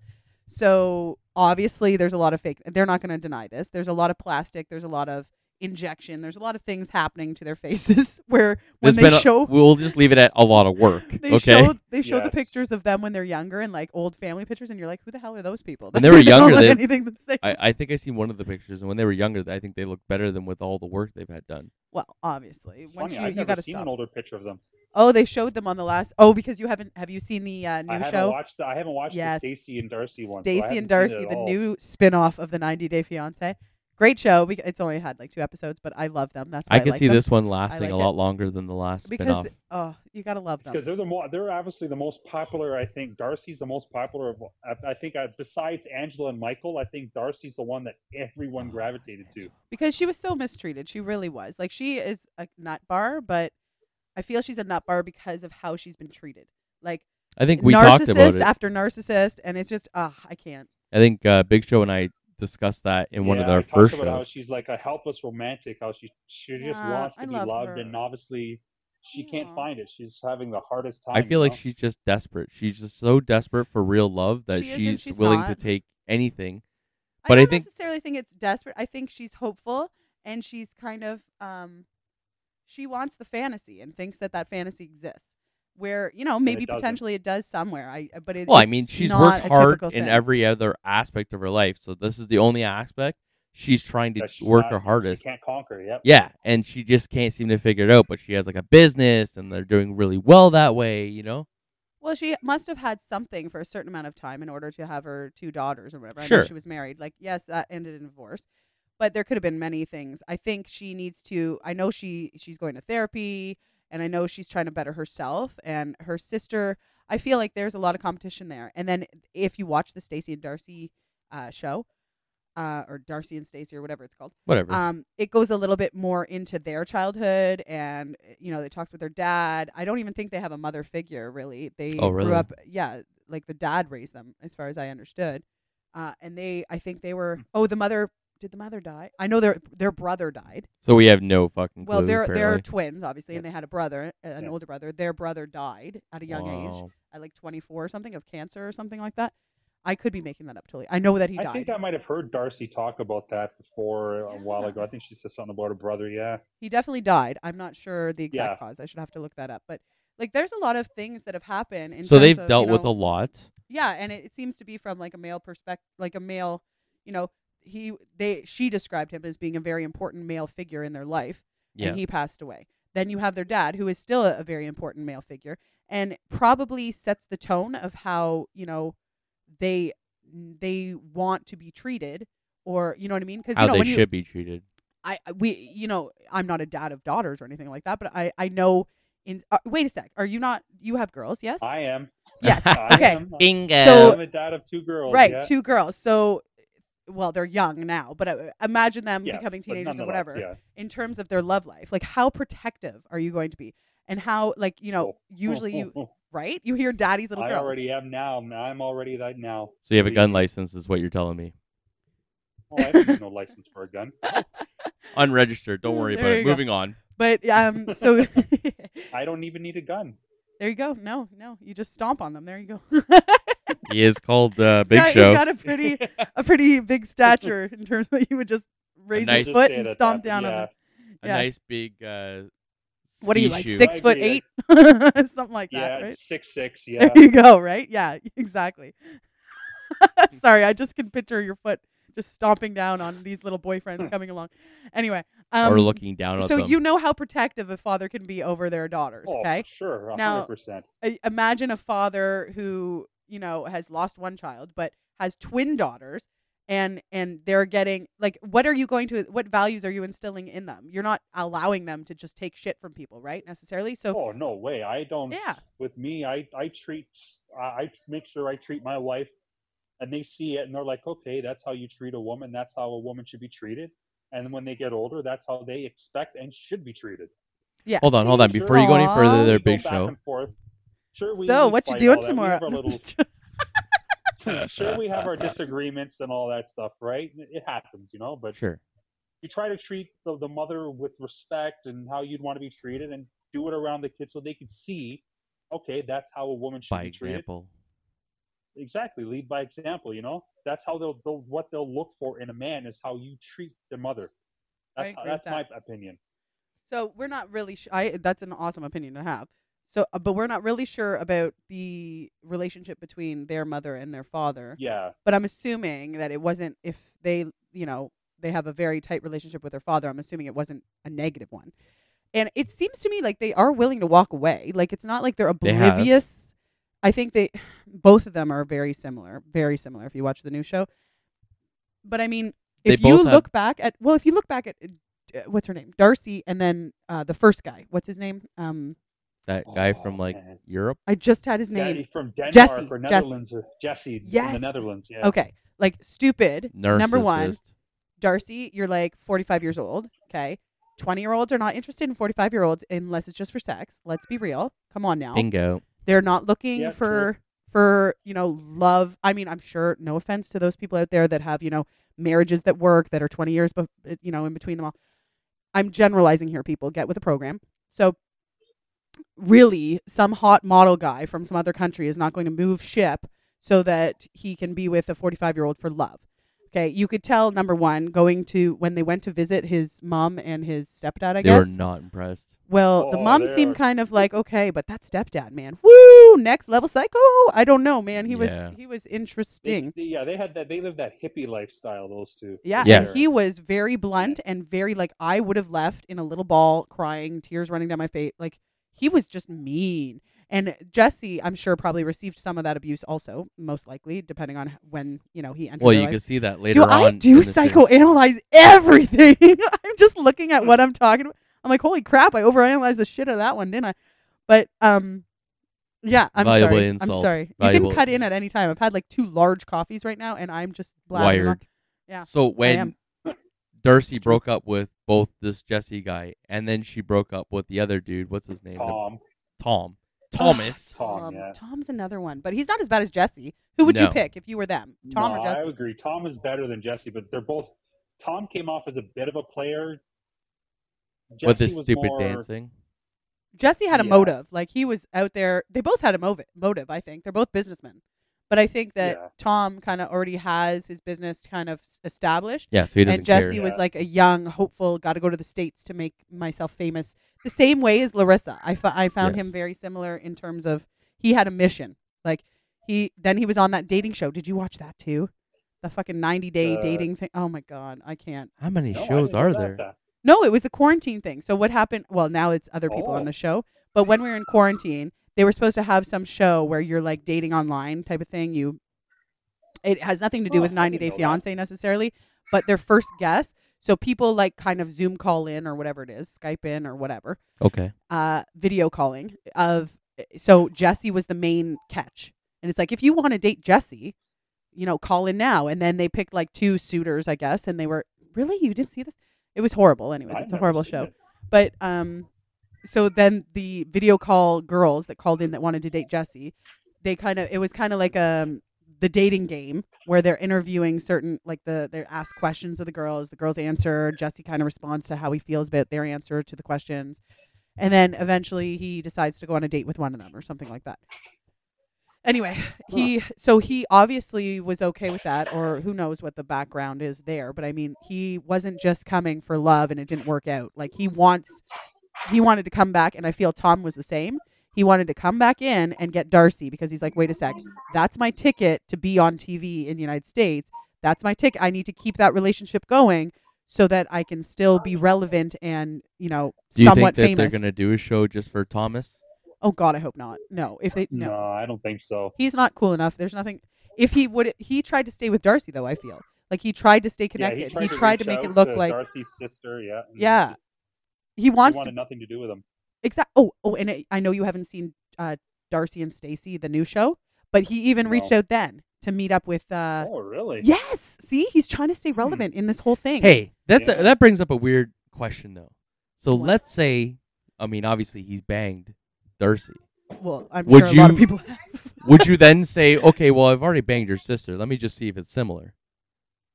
S3: So obviously there's a lot of fake they're not going to deny this. There's a lot of plastic, there's a lot of injection, there's a lot of things happening to their faces where when
S2: There's
S3: they
S2: been a-
S3: show
S2: we'll just leave it at a lot of work.
S3: They
S2: okay.
S3: showed they showed the
S4: Yes.
S3: pictures of them when they're younger and like old family pictures, and you're like, who the hell are those people?
S2: When they were
S3: don't
S2: younger,
S3: look
S2: they-
S3: anything the same.
S2: I, I think I seen one of the pictures, and when they were younger, I think they looked better than with all the work they've had done.
S3: well, obviously, once
S4: Funny,
S3: you
S4: I've
S3: you
S4: never
S3: got to
S4: seen
S3: stop.
S4: an older picture of them.
S3: oh, they showed them on the last. Oh, because you haven't have you seen the uh,
S4: I
S3: new
S4: haven't
S3: show?
S4: watched. The, I haven't watched
S3: Yes.
S4: the Stacy and Darcy one. so I
S3: Stacy and
S4: haven't seen
S3: Darcy,
S4: it at
S3: the
S4: all.
S3: new spin-off of the 90 Day Fiance. Great show. Bec- It's only had like two episodes, but I love them. That's why
S2: I
S3: I,
S2: could
S3: like
S2: see
S3: them.
S2: this one lasting a
S3: like it.
S2: lot longer than the last
S3: because
S2: spinoff.
S3: oh, you gotta love them.
S4: because they're the more they're obviously the most popular. I think Darcy's the most popular of. I, I think uh, besides Angela and Michael, I think Darcy's the one that everyone gravitated to.
S3: because she was so mistreated. She really was. Like she is a nut bar, but I feel she's a nut bar because of how she's been treated. Like
S2: I think we talked
S3: narcissist
S2: about it.
S3: after narcissist, and it's just ah, I can't.
S2: I think uh, Big Show and I discussed that in one of
S4: Yeah, I
S2: our
S4: talked
S2: first
S4: about How
S2: shows.
S4: she's like a helpless romantic. How she she just
S3: Yeah,
S4: wants to
S3: I
S4: be
S3: love
S4: loved,
S3: her.
S4: and obviously she
S3: Yeah.
S4: can't find it. She's having the hardest time.
S2: I feel
S4: you
S2: like
S4: know?
S2: she's just desperate. She's just so desperate for real love that
S3: She is and she's
S2: willing to
S3: not.
S2: take anything.
S3: I
S2: But I
S3: don't
S2: think-
S3: necessarily think it's desperate. I think she's hopeful, and she's kind of um, she wants the fantasy and thinks that that fantasy exists. Where you know maybe
S4: it doesn't.
S3: potentially it does somewhere. I but it,
S2: Well, I
S3: it's
S2: mean, she's
S3: not
S2: worked
S3: a
S2: hard
S3: typical
S2: in
S3: thing.
S2: every other aspect of her life, so this is the only aspect she's trying to
S4: That she's
S2: work
S4: not-
S2: her hardest.
S4: She can't conquer. Yep.
S2: Yeah, and she just can't seem to figure it out. But she has like a business, and they're doing really well that way. You know,
S3: Well, she must have had something for a certain amount of time in order to have her two daughters or whatever. I
S2: Sure.
S3: know she was married. Like, yes, that ended in divorce, but there could have been many things. I think she needs to. I know she she's going to therapy, and I know she's trying to better herself and her sister. I feel like there's a lot of competition there. And then if you watch the Stacy and Darcy uh, show, uh, or Darcy and Stacy or whatever it's called
S2: whatever.
S3: um, it goes a little bit more into their childhood and eh, you know it talks with their dad i don't even think they have a mother figure really they
S2: Oh, really?
S3: grew up yeah like the dad raised them as far as i understood uh, and they i think they were oh the mother did the mother die i know their their brother died
S2: so we have no fucking.
S3: well
S2: clue,
S3: they're they're
S2: apparently.
S3: twins obviously and they had a brother uh, an
S4: Yeah.
S3: older brother their brother died at a young age
S2: Wow.
S3: at like 24 or something of cancer or something like that i could be making that up totally i know that he
S4: I
S3: died
S4: think I might have heard Darcy talk about that before a while
S3: Yeah.
S4: ago. I think she said something about her brother. Yeah.
S3: He definitely died. I'm not sure the exact
S4: Yeah.
S3: cause. I should have to look that up. But like, there's a lot of things that have happened. In
S2: So
S3: terms
S2: they've
S3: of,
S2: dealt
S3: you
S2: with a
S3: know-
S2: lot.
S3: yeah and it, it seems to be from like a male perspective like a male you know he they she described him as being a very important male figure in their life
S2: Yeah.
S3: and he passed away then you have their dad who is still a, a very important male figure and probably sets the tone of how you know they they want to be treated or you know what i mean because
S2: How
S3: you know
S2: they
S3: when you
S2: should be treated.
S3: I I- we you know I'm not a dad of daughters or anything like that, but I I know in uh, wait a sec, are you not you have girls? Yes,
S4: I am.
S3: yes,
S4: I
S3: Okay.
S4: am.
S2: Bingo.
S3: So-
S4: I'm a dad of two girls.
S3: right,
S4: yeah.
S3: two girls. So well, they're young now, but uh, imagine them
S4: Yes,
S3: becoming
S4: but
S3: teenagers or
S4: nonetheless,
S3: whatever.
S4: Yeah.
S3: In terms of their love life, like how protective are you going to be, and how like you know
S4: Oh.
S3: usually you right you hear daddy's little
S4: I
S3: girls.
S4: already am now. I'm already that now.
S2: so you have a gun license, is what you're telling me.
S4: Oh, I have no license for a gun.
S2: Unregistered. Don't worry
S3: There
S2: about
S3: you
S2: it.
S3: go.
S2: Moving on.
S3: But um, so
S4: I don't even need a gun.
S3: there you go. No, no, you just stomp on them. There you go.
S2: He is called uh, Big
S3: Guy-
S2: Show.
S3: He's got a pretty a pretty big stature in terms that you would just raise
S2: nice-
S3: his foot
S4: Just
S3: and
S4: say that
S3: stomp
S4: that-
S3: down
S4: yeah.
S3: on him.
S2: a
S3: yeah.
S2: nice big. Uh,
S3: What are you
S2: ski
S3: like
S2: shoe.
S3: six
S4: I
S3: foot
S4: agree.
S3: eight, something like that,
S4: Yeah,
S3: right?
S4: six six. Yeah.
S3: There you go, right? Yeah, exactly. Sorry, I just can picture your foot just stomping down on these little boyfriends coming along. Anyway, um,
S2: or looking down at
S3: so
S2: them.
S3: you know how protective a father can be over their daughters,
S4: Oh,
S3: okay?
S4: sure, a
S3: Now-
S4: hundred percent.
S3: I- imagine a father who you know has lost one child but has twin daughters and and they're getting like what are you going to what values are you instilling in them you're not allowing them to just take shit from people right necessarily so
S4: Oh no way! I don't.
S3: yeah
S4: With me, I I treat. I, I make sure I treat my wife, and they see it, and they're like, okay, that's how you treat a woman. That's how a woman should be treated. And when they get older, that's how they expect and should be treated.
S3: yeah
S2: hold on, hold on.
S4: sure.
S2: Before you go any further,
S3: Aw.
S2: there,
S4: We go
S2: Big
S4: back
S2: Show.
S4: and forth. Sure, we
S3: so
S4: we
S3: what you
S4: fight
S3: doing
S4: all that. We
S3: tomorrow
S4: have our little- sure, we have our disagreements and all that stuff, right? It it happens, you know. But
S2: Sure.
S4: you try to treat the, the mother with respect and how you'd want to be treated and do it around the kids so they can see okay that's how a woman should
S2: By
S4: be treated
S2: example.
S4: exactly lead by example you know that's how they'll, they'll what they'll look for in a man is how you treat the mother
S3: I
S4: that's,
S3: agree with
S4: that's my
S3: that.
S4: opinion
S3: so we're not really sh- i that's an awesome opinion to have so uh, but we're not really sure about the relationship between their mother and their father
S4: yeah
S3: but I'm assuming that it wasn't if they, you know, they have a very tight relationship with their father. I'm assuming it wasn't a negative one. And it seems to me like they are willing to walk away. Like it's not like they're
S2: They have.
S3: oblivious. I think they both of them are very similar, very similar if you watch the new show. But I mean,
S2: They
S3: if you
S2: both have-
S3: look back at well, if you look back at uh, what's her name? Darcy and then uh, the first guy. What's his name? Um
S2: That guy
S4: Oh,
S2: from like
S4: man.
S2: Europe.
S3: I just had his name.
S4: Daddy from denmark
S3: Jesse,
S4: or
S3: Jesse.
S4: netherlands or jesse in
S3: Yes.
S4: the netherlands yeah
S3: Okay. Like stupid.
S2: Narcissist.
S3: Number 1. Darcy, you're like 45 years old. Okay. 20 year olds are not interested in 45 year olds unless it's just for sex. Let's be real. Come on now.
S2: Bingo.
S3: They're not looking
S4: Yeah,
S3: for, for, you know, love. I mean, I'm sure, no offense to those people out there that have, you know, marriages that work that are 20 years, but, you know, in between them all. I'm generalizing here, people. Get with the program. So, really, some hot model guy from some other country is not going to move ship so that he can be with a 45 year old for love. Okay, you could tell number one going to when they went to visit his mom and his stepdad. I
S2: they
S3: guess
S2: were not impressed.
S3: well, the
S4: Oh,
S3: mom
S4: they
S3: seemed
S4: are-
S3: kind of like okay, but that stepdad, man, woo, next level psycho. I don't know, man. He
S2: Yeah.
S3: was he was
S4: They-
S3: interesting.
S4: they- yeah they had that they lived that hippie lifestyle those two
S3: Yeah,
S2: Yeah.
S3: and he was very blunt and very like I would have left in a little ball, crying, tears running down my face. Like he was just mean. And Jesse, I'm sure, probably received some of that abuse also, most likely, depending on when you know he entered.
S2: Well,
S3: her
S2: you
S3: life.
S2: can see that later
S3: do
S2: on.
S3: I
S2: in
S3: do
S2: the series.
S3: psychoanalyze everything? I'm just looking at what I'm talking about. I'm like, holy crap, I overanalyzed the shit out of that one, didn't I? But um yeah, I'm
S2: Valuable
S3: sorry. I'm
S2: insult.
S3: sorry. You
S2: Valuable-
S3: can cut in at any time. I've had like two large coffees right now and I'm just blabbing. on.
S2: Wired.
S3: Yeah,
S2: So when
S3: am.
S2: Darcy
S3: It's true.
S2: broke up with both this Jesse guy, and then she broke up with the other dude. What's his name? The-
S4: tom
S2: Tom.
S3: Ah,
S2: Thomas.
S4: Tom,
S3: Tom.
S4: yeah.
S3: Um, Tom's another one, but he's not as bad as Jesse. Who would you
S2: No.
S3: pick if you were them? Tom
S4: No,
S3: or
S4: I
S3: Jesse?
S4: agree. Tom is better than Jesse, but they're both. Tom came off as a bit of a player. Jesse
S2: with his
S4: was
S2: stupid
S4: more-
S2: dancing.
S3: Jesse had a
S4: Yeah.
S3: motive. Like he was out there. They both had a motive. Motive, I think. They're both businessmen, but I think that
S4: Yeah.
S3: Tom kind of already has his business kind of s- established,
S2: Yeah, so he doesn't
S3: and Jesse
S2: care.
S3: was
S4: Yeah.
S3: like a young, hopeful. Got to go to the states to make myself famous. The same way as Larissa, I fo- I found him
S2: Yes.
S3: very similar in terms of he had a mission. Like He then he was on that dating show. Did you watch that too? The fucking ninety day
S4: Uh,
S3: dating thing. Oh my god, I can't.
S2: How many
S4: No, I
S2: shows
S4: didn't know
S2: are
S4: about
S2: there?
S4: that.
S3: No, it was the quarantine thing. So what happened? Well, now it's other people on
S4: Oh.
S3: the show. But when we were in quarantine, they were supposed to have some show where you're like dating online type of thing. You, it has nothing to do
S4: Huh,
S3: with
S4: I
S3: 90 Day
S4: didn't know that.
S3: Fiance necessarily, but their first guest. So people like kind of Zoom call in or whatever it is, Skype in or whatever,
S2: Okay.
S3: uh, video calling of. So Jesse was the main catch, and it's like if you want to date Jesse, you know, call in now. And then they picked like two suitors, I guess, and they were really you didn't see this. It was horrible. Anyways,
S4: I've
S3: it's a
S4: never
S3: horrible
S4: seen
S3: show.
S4: it.
S3: But um, so then the video call girls that called in that wanted to date Jesse, they kind of it was kind of like um the dating game where they're interviewing certain like the they're asked questions of the girls, the girls answer, Jesse kind of responds to how he feels about their answer to the questions, and then eventually he decides to go on a date with one of them or something like that. Anyway, he so he obviously was okay with that or who knows what the background is there, but I mean, he wasn't just coming for love and it didn't work out. Like he wants he wanted to come back and I feel Tom was the same. He wanted to come back in and get Darcy because he's like, "Wait a sec. That's my ticket to be on TV in the United States. That's my ticket. I need to keep that relationship going so that I can still be relevant and, you know,
S2: Do you
S3: somewhat
S2: think that they're
S3: famous."
S2: gonna do a show just for Thomas?
S3: oh god, I hope not. No, if they
S4: No, I don't think so.
S3: he's not cool enough. There's nothing. If he would, he tried to stay with Darcy though. I feel like he tried to stay
S4: Yeah,
S3: connected. he tried,
S4: to
S3: to,
S4: reach
S3: make it
S4: out
S3: look
S4: to
S3: like
S4: Darcy's sister. Yeah. and
S3: Yeah,
S4: just-
S3: he
S4: He
S3: wants
S4: wanted
S3: to.
S4: nothing to do with him.
S3: Exact. Oh, oh, and I I know you haven't seen uh, Darcy and Stacy, the new show, but he even reached
S4: No.
S3: out then to meet up with. Uh,
S4: oh, really? Hmm.
S3: Yes. See, he's trying to stay relevant in this whole thing.
S2: Hey, that's
S4: Yeah.
S2: a, that brings up a weird question though. So
S3: What?
S2: let's say, I mean, obviously he's banged Darcy.
S3: Well, I'm
S2: Would
S3: sure a lot of
S2: you-
S3: people have.
S2: Would you then say, okay, well, I've already banged your sister. Let me just see if it's similar.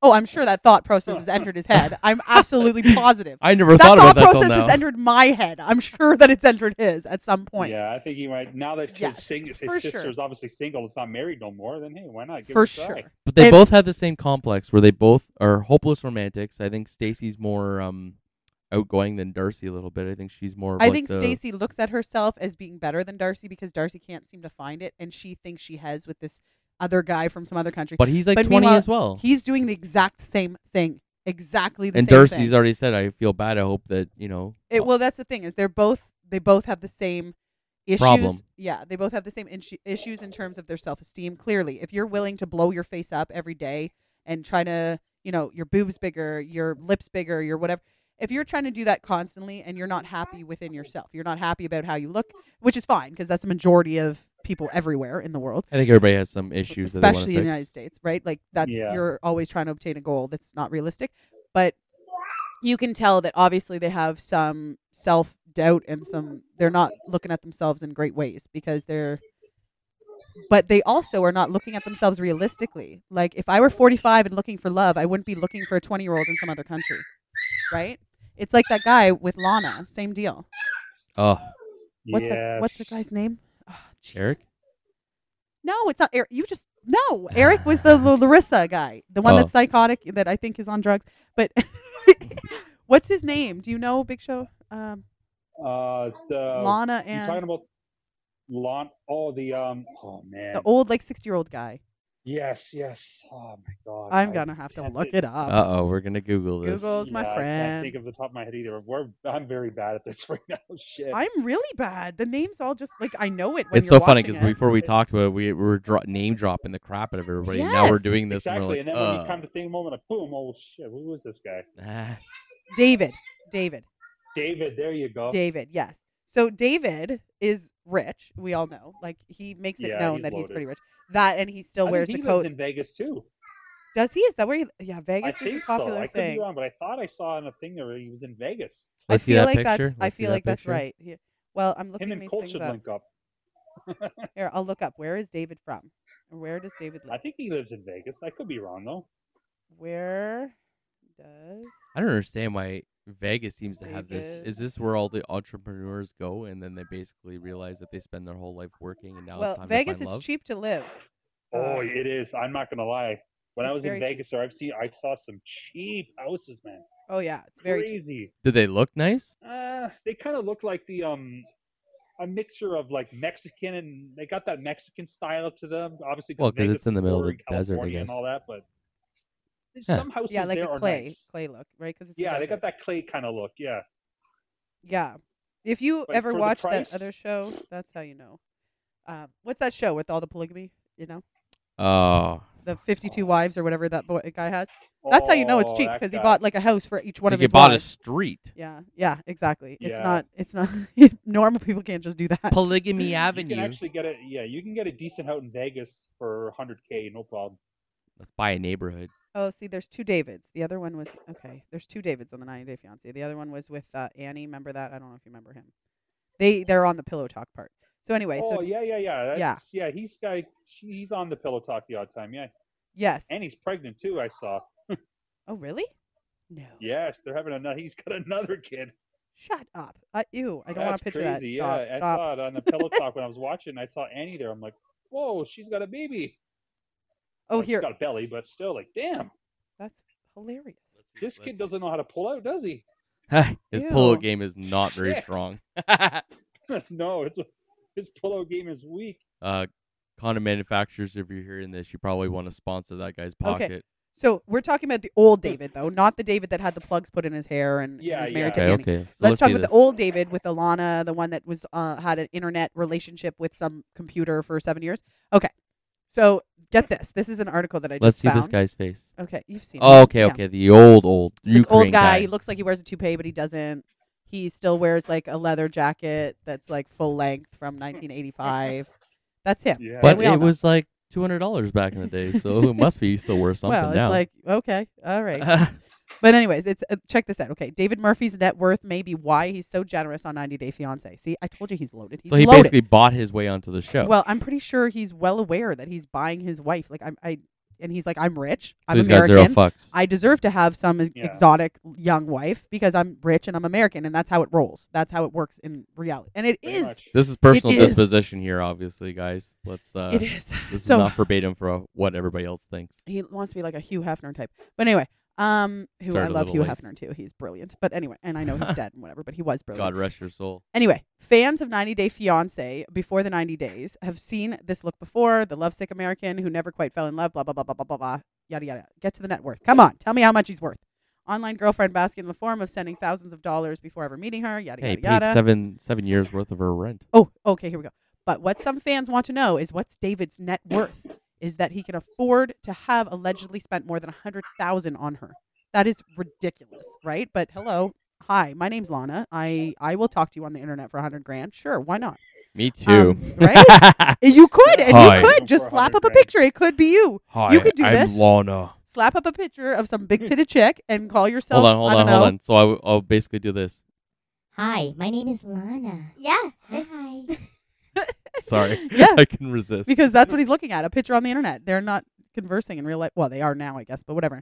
S3: Oh, I'm sure that thought process has entered his head. I'm absolutely positive.
S2: I never
S3: that
S2: thought
S3: thought
S2: about that
S3: process
S2: till now.
S3: has entered my head. I'm sure that it's entered his at some point.
S4: Yeah, I think he might. Now that his,
S3: Yes,
S4: sing- his
S3: for sure.
S4: sister's obviously single, it's not married no more. Then hey, why not? Give
S3: for
S4: it a try?
S3: sure.
S2: But they
S3: And-
S2: both have the same complex where they both are hopeless romantics. I think Stacy's more um outgoing than Darcy a little bit. I think she's more. of
S3: I
S2: like
S3: think
S2: the-
S3: Stacy looks at herself as being better than Darcy because Darcy can't seem to find it, and she thinks she has with this other guy from some other country.
S2: But he's like
S3: but
S2: twenty
S3: meanwhile,
S2: as well.
S3: He's doing the exact same thing, exactly the
S2: and
S3: same
S2: Darcy's
S3: thing.
S2: already said, "I feel bad. I hope that you know."
S3: It, well, that's the thing is they're both they both have the same issues.
S2: Problem.
S3: Yeah, they both have the same insu- issues in terms of their self esteem. Clearly, if you're willing to blow your face up every day and try to, you know, your boobs bigger, your lips bigger, your whatever. If you're trying to do that constantly and you're not happy within yourself, you're not happy about how you look, which is fine because that's the majority of people everywhere in the world,
S2: I think everybody has some issues, that they wanna
S3: especially in the
S2: fix.
S3: United States, right? Like that's
S4: Yeah.
S3: you're always trying to obtain a goal that's not realistic, but you can tell that obviously they have some self doubt and some they're not looking at themselves in great ways because they're but they also are not looking at themselves realistically. Like if I were 45 and looking for love, I wouldn't be looking for a 20-year-old in some other country, right? It's like that guy with Lana, same deal.
S2: Oh,
S3: What's the, what's the
S4: Yes.
S3: guy's name? Oh, jeez.
S2: Eric.
S3: No, it's not Eric. You just no. Eric was the, L- Larissa guy, the one
S2: Ah. Oh.
S3: that's psychotic that I think is on drugs. But what's his name? Do you know Big Show? Um,
S4: Uh, the
S3: Lana
S4: you talking
S3: and
S4: about Lon? Oh, the um. Oh man.
S3: the old like sixty year old guy.
S4: yes, yes. Oh my god.
S3: I'm
S4: I
S3: gonna have to
S4: can't
S3: look
S4: think-
S3: it up.
S2: Uh oh, we're gonna Google this.
S3: Google. Those my
S4: Yeah, I can't think
S3: friend.
S4: of the top of my head either. We're, I'm very bad at this right now. Shit.
S3: I'm really bad. The names all just like I know it. When
S2: It's
S3: you're
S2: so funny
S3: watching
S2: because
S3: it.
S2: before we talked about it, we were dro- name dropping the crap out of everybody. and Now we're
S3: Yes.
S2: doing this,
S4: exactly.
S2: and
S4: And,
S2: we're like, uh,
S4: then when
S2: "Ugh."
S4: you come to think a moment, like boom, oh shit, who was this guy?
S2: Ah.
S3: David, David,
S4: David. There you go.
S3: David. Yes. So David is rich. We all know. Like he makes it
S4: Yeah,
S3: known
S4: he's
S3: that he's
S4: loaded.
S3: pretty rich. That and he
S4: I
S3: still
S4: think
S3: wears
S4: he
S3: the
S4: lives
S3: coat.
S4: in Vegas too.
S3: Does he? Is that where? He, yeah, Vegas
S4: I
S3: is a
S4: think
S3: popular
S4: so. I could
S3: thing.
S4: be wrong, but I thought I saw in a thing that he was in Vegas.
S3: I
S2: Let's see
S3: feel
S2: that
S3: like
S2: picture.
S3: that's. I
S2: Let's see
S3: feel
S2: that
S3: like that's
S2: picture.
S3: right. Here- Well, I'm looking
S4: Him and
S3: these
S4: Colt
S3: things
S4: should
S3: up.
S4: link up.
S3: Here, I'll look up. Where is David from? Or Where does David
S4: I
S3: live?
S4: think he lives in Vegas. I could be wrong though.
S3: Where does?
S2: I don't understand why Vegas seems to have this.
S3: Vegas.
S2: Is this where all the entrepreneurs go, and then they basically realize that they spend their whole life working, and now it's
S3: Well,
S2: time
S3: Vegas.
S2: to find
S3: It's
S2: love?
S3: cheap to live.
S4: Oh,
S3: Uh,
S4: it is. I'm not gonna lie. When I
S3: it's
S4: was in
S3: very cheap.
S4: Vegas, there I've seen I saw some cheap houses, man.
S3: Oh yeah, it's very cheap.
S4: crazy.
S2: Did they look nice?
S4: Uh, they kind of look like the um. a mixture of like Mexican and they got that Mexican style to them. Obviously,
S2: Well, 'cause
S4: Vegas
S2: it's in the
S4: is
S2: middle of
S4: pouring
S2: the desert, I
S4: California and
S2: guess.
S4: all that. But there's
S2: Yeah.
S4: some houses
S3: yeah, like
S4: there
S3: a
S4: are
S3: clay
S4: nice.
S3: clay look, right? Because
S4: Yeah, they got that clay kind of look. Yeah,
S3: Yeah. If you
S4: But
S3: ever
S4: for the
S3: watch
S4: price-
S3: that other show, that's how you know. Um, what's that show with all the polygamy? You know,
S2: Oh,
S3: the fifty-two wives or whatever that boy guy has. That's how you know it's
S4: Oh,
S3: cheap
S4: that
S3: because he
S4: guy.
S3: bought like a house for each one
S2: like
S3: of
S2: you
S3: his
S2: bought a
S3: wives.
S2: street.
S3: Yeah, yeah, exactly.
S4: Yeah.
S3: It's not. It's not. normal people can't just do that.
S2: Polygamy
S4: You
S2: Avenue.
S4: can actually get it. Yeah, you can get a decent out in Vegas for 100k, no problem.
S2: Let's buy a neighborhood.
S3: oh, see, there's two Davids. The other one was okay. There's two Davids on the 90 Day Fiance. The other one was with uh, Annie. Remember that? I don't know if you remember him. They they're on the pillow talk part. So anyway,
S4: oh
S3: so
S4: yeah, yeah, yeah.
S3: Yeah.
S4: That's, yeah, He's guy. He's on the pillow talk the odd time. Yeah,
S3: yes.
S4: and he's pregnant too. I saw.
S3: Oh really? No.
S4: Yes, they're having another. He's got another kid.
S3: Shut up. Uh, ew. I don't want
S4: That's
S3: to picture
S4: crazy.
S3: that. Stop.
S4: yeah, I
S3: stop.
S4: saw it on the pillow talk when I was watching. I saw Annie there. I'm like, whoa, she's got a baby.
S3: Oh,
S4: Like,
S3: here.
S4: She's got a belly, but still, like, damn,
S3: That's hilarious.
S4: this kid doesn't know how to pull out, does he?
S2: His polo
S3: Ew.
S2: game is not very
S4: Shit.
S2: strong.
S4: no, it's his pull out game is weak.
S2: uh, condom manufacturers, if you're hearing this, you probably want to sponsor that guy's pocket.
S3: So we're talking about the old David, though, not the David that had the plugs put in his hair and, and
S4: Yeah,
S3: was married
S4: yeah.
S2: Okay,
S3: to Annie.
S2: okay. So
S3: let's, talk
S2: do
S3: about the
S2: this.
S3: old David with Alana, the one that was uh, had an internet relationship with some computer for seven years. Okay, so get this. This is an article that I
S2: Let's
S3: just
S2: see
S3: found.
S2: this guy's face.
S3: Okay, you've seen.
S2: Oh,
S3: it.
S2: okay,
S3: Yeah.
S2: okay. The old, old
S3: The
S2: Ukraine
S3: old guy. He looks like he wears a toupee, but he doesn't. He still wears like a leather jacket that's like full length from 1985. That's him.
S4: Yeah.
S2: but
S3: we all
S2: it
S3: know.
S2: was like two hundred dollars back in the day, so it must be still worth something
S3: well, it's
S2: now.
S3: like okay, all right. But anyways, it's uh, check this out. Okay, David Murphy's net worth may be why he's so generous on 90 Day Fiance. See, I told you he's loaded. He's
S2: so he
S3: loaded.
S2: basically bought his way onto the show.
S3: Well, I'm pretty sure he's well aware that he's buying his wife. Like I'm, I, and he's like, I'm rich.
S2: so
S3: I'm
S2: he's
S3: American.
S2: got zero fucks.
S3: I deserve to have some ex-
S4: Yeah.
S3: exotic young wife because I'm rich and I'm American, and that's how it rolls. That's how it works in reality, and it
S4: Pretty
S3: is.
S4: much.
S2: this is personal
S3: is.
S2: disposition here, obviously, guys. Let's. Uh,
S3: It is.
S2: This
S3: so
S2: is not verbatim for uh, what everybody else thinks.
S3: he wants to be like a Hugh Hefner type. But anyway, um, who
S2: Started a
S3: I love Hugh
S2: little late.
S3: Hefner too. He's brilliant. But anyway, and I know he's dead and whatever, but he was brilliant.
S2: God rest your soul.
S3: Anyway, fans of 90 Day Fiance before the 90 days have seen this look before. The lovesick American who never quite fell in love, blah, blah, blah, blah, blah, blah, blah. Yada, yada. Get to the net worth. Come on. Tell me how much he's worth. Online girlfriend basking in the form of sending thousands of dollars before ever meeting her. Yada,
S2: Hey,
S3: yada,
S2: paid
S3: yada.
S2: seven seven years worth of her rent.
S3: Oh, okay. Here we go. But what some fans want to know is what's David's net worth? Is that he can afford to have allegedly spent more than a hundred thousand on her? That is ridiculous, right? But hello, hi, my name's Lana. I I will talk to you on the internet for a hundred grand. Sure, why not?
S2: Me too.
S3: Um, right? You could, and
S2: Hi.
S3: you could just
S4: For
S3: slap up a
S4: 100 grand.
S3: picture. It could be you.
S2: Hi,
S3: you could do
S2: I'm
S3: this.
S2: Lana.
S3: Slap up a picture of some big titted chick and call yourself.
S2: hold on, hold
S3: I
S2: on,
S3: don't
S2: hold
S3: know.
S2: on. So I w- I'll basically do this.
S5: Hi, my name is Lana.
S6: Yeah.
S5: Hi.
S2: Sorry,
S3: Yeah.
S2: I can resist.
S3: Because that's what he's looking at—a picture on the internet. They're not conversing in real life. Well, they are now, I guess, but whatever.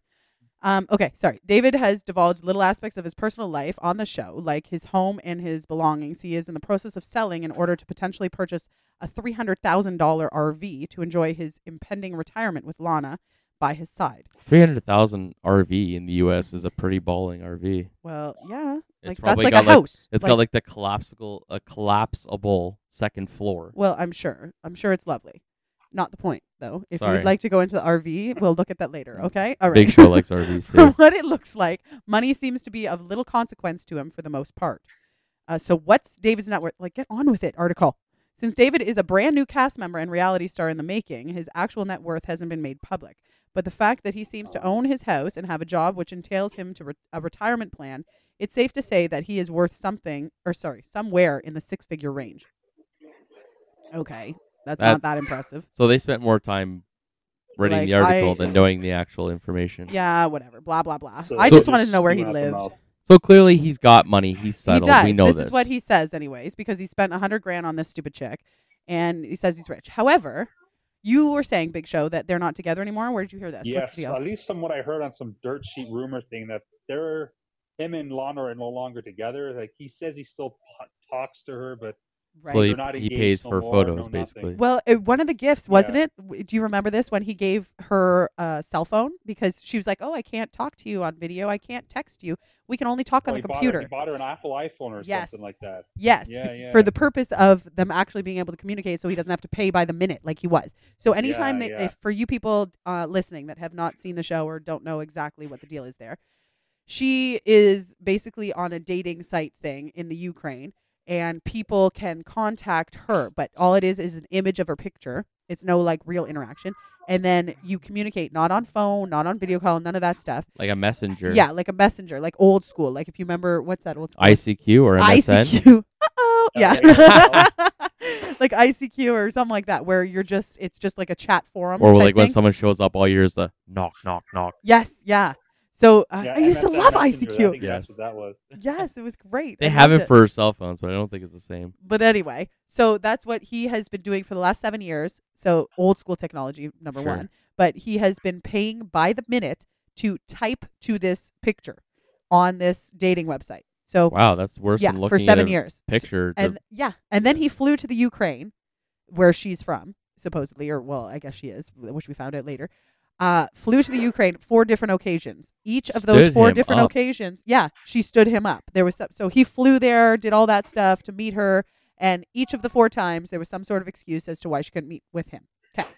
S3: Um, okay, sorry. David has divulged little aspects of his personal life on the show, like his home and his belongings. He is in the process of selling in order to potentially purchase a three hundred thousand dollar RV to enjoy his impending retirement with Lana by his side.
S2: Three hundred thousand RV in the U.S. is a pretty balling RV.
S3: Well, yeah,
S2: It's
S3: like that's
S2: probably
S3: like
S2: got
S3: a
S2: like-
S3: house.
S2: It's got like the collapsible, a collapsible second floor.
S3: Well, I'm sure. I'm sure it's lovely. Not the point, though. If
S2: Sorry. Mm.
S3: you'd like to go into the RV, we'll look at that later. Okay. All right.
S2: Big Show likes RVs
S3: From
S2: too.
S3: what it looks like, money seems to be of little consequence to him for the most part. Uh, so, what's David's net worth? Like, get on with it, article. Since David is a brand new cast member and reality star in the making, his actual net worth hasn't been made public. But the fact that he seems to own his house and have a job which entails him to re- a retirement plan, it's safe to say that he is worth something, or sorry, somewhere in the six figure range. Okay, that's
S2: That-
S3: not that impressive.
S2: So they spent more time reading
S3: Like,
S2: the article
S3: I-
S2: than knowing the actual information.
S3: Yeah, whatever. Blah blah blah.
S4: So
S3: I
S4: they
S2: So-
S3: just wanted to know where he
S4: screw out the
S3: lived.
S4: mouth.
S2: So clearly he's got money. He's settled.
S3: He does.
S2: We know
S3: this,
S2: this.
S3: is what he says, anyways, because he spent a hundred grand on this stupid chick, and he says he's rich. However, you were saying Big Show that they're not together anymore. Where did you hear this? What's
S4: Yes,
S3: the deal?
S4: at least from what I heard on some dirt sheet rumor thing that they're him and Lana are no longer together. Like he says, he still t- talks to her, but
S3: Right.
S2: So he,
S4: They're not
S2: he
S4: engaged
S2: pays
S4: no
S2: for
S4: more,
S2: photos,
S4: no nothing.
S2: basically.
S3: Well, uh, one of the gifts wasn't
S4: Yeah.
S3: it? W- Do you remember this when he gave her uh, cell phone because she was like, "Oh, I can't talk to you on video. I can't text you. We can only talk
S4: Well,
S3: on
S4: Oh, he
S3: the
S4: bought her-
S3: computer."
S4: he bought her an Apple iPhone or
S3: Yes.
S4: something like that.
S3: Yes,
S4: Yeah,
S3: be-
S4: yeah.
S3: for the purpose of them actually being able to communicate, so he doesn't have to pay by the minute like he was. So anytime
S4: Yeah,
S3: that,
S4: yeah.
S3: if for you people uh, listening that have not seen the show or don't know exactly what the deal is there, she is basically on a dating site thing in the Ukraine, and people can contact her, but all it is is an image of her picture. It's no like real interaction, and then you communicate not on phone, not on video call, none of that stuff.
S2: like a messenger.
S3: Yeah, like a messenger, like old school. Like if you remember, what's that old school?
S2: ICQ or MSN.
S3: ICQ. Uh oh. Yeah.
S4: Okay.
S3: like ICQ or something like that, where you're just, it's just like a chat forum.
S2: Or
S3: type
S2: like when
S3: thing.
S2: someone shows up all year is the knock, knock, knock.
S3: Yes. Yeah. So uh,
S4: Yeah,
S3: I used to
S4: MSN
S3: love
S4: Messenger, I
S3: ICQ.
S4: think that's
S2: Yes.
S4: what that was.
S3: Yes. It was great.
S2: They
S3: I
S2: have
S3: loved
S2: it for cell phones, but I don't think it's the same.
S3: But anyway, so that's what he has been doing for the last seven years. So old school technology, number
S2: Sure.
S3: one. But he has been paying by the minute to type to this picture on this dating website. So
S2: Wow, that's worse
S3: Oh, yeah,
S2: than looking
S3: for seven
S2: at a
S3: years. So-
S2: picture. to-
S3: and yeah, and then he flew to the Ukraine, where she's from, supposedly, or well, I guess she is, which we found out later. Uh, flew to the Ukraine four different occasions. Each of those
S2: Stood
S3: four
S2: him
S3: different
S2: up.
S3: occasions, yeah, she stood him up. There was some, so he flew there, did all that stuff to meet her, and each of the four times there was some sort of excuse as to why she couldn't meet with him. Okay,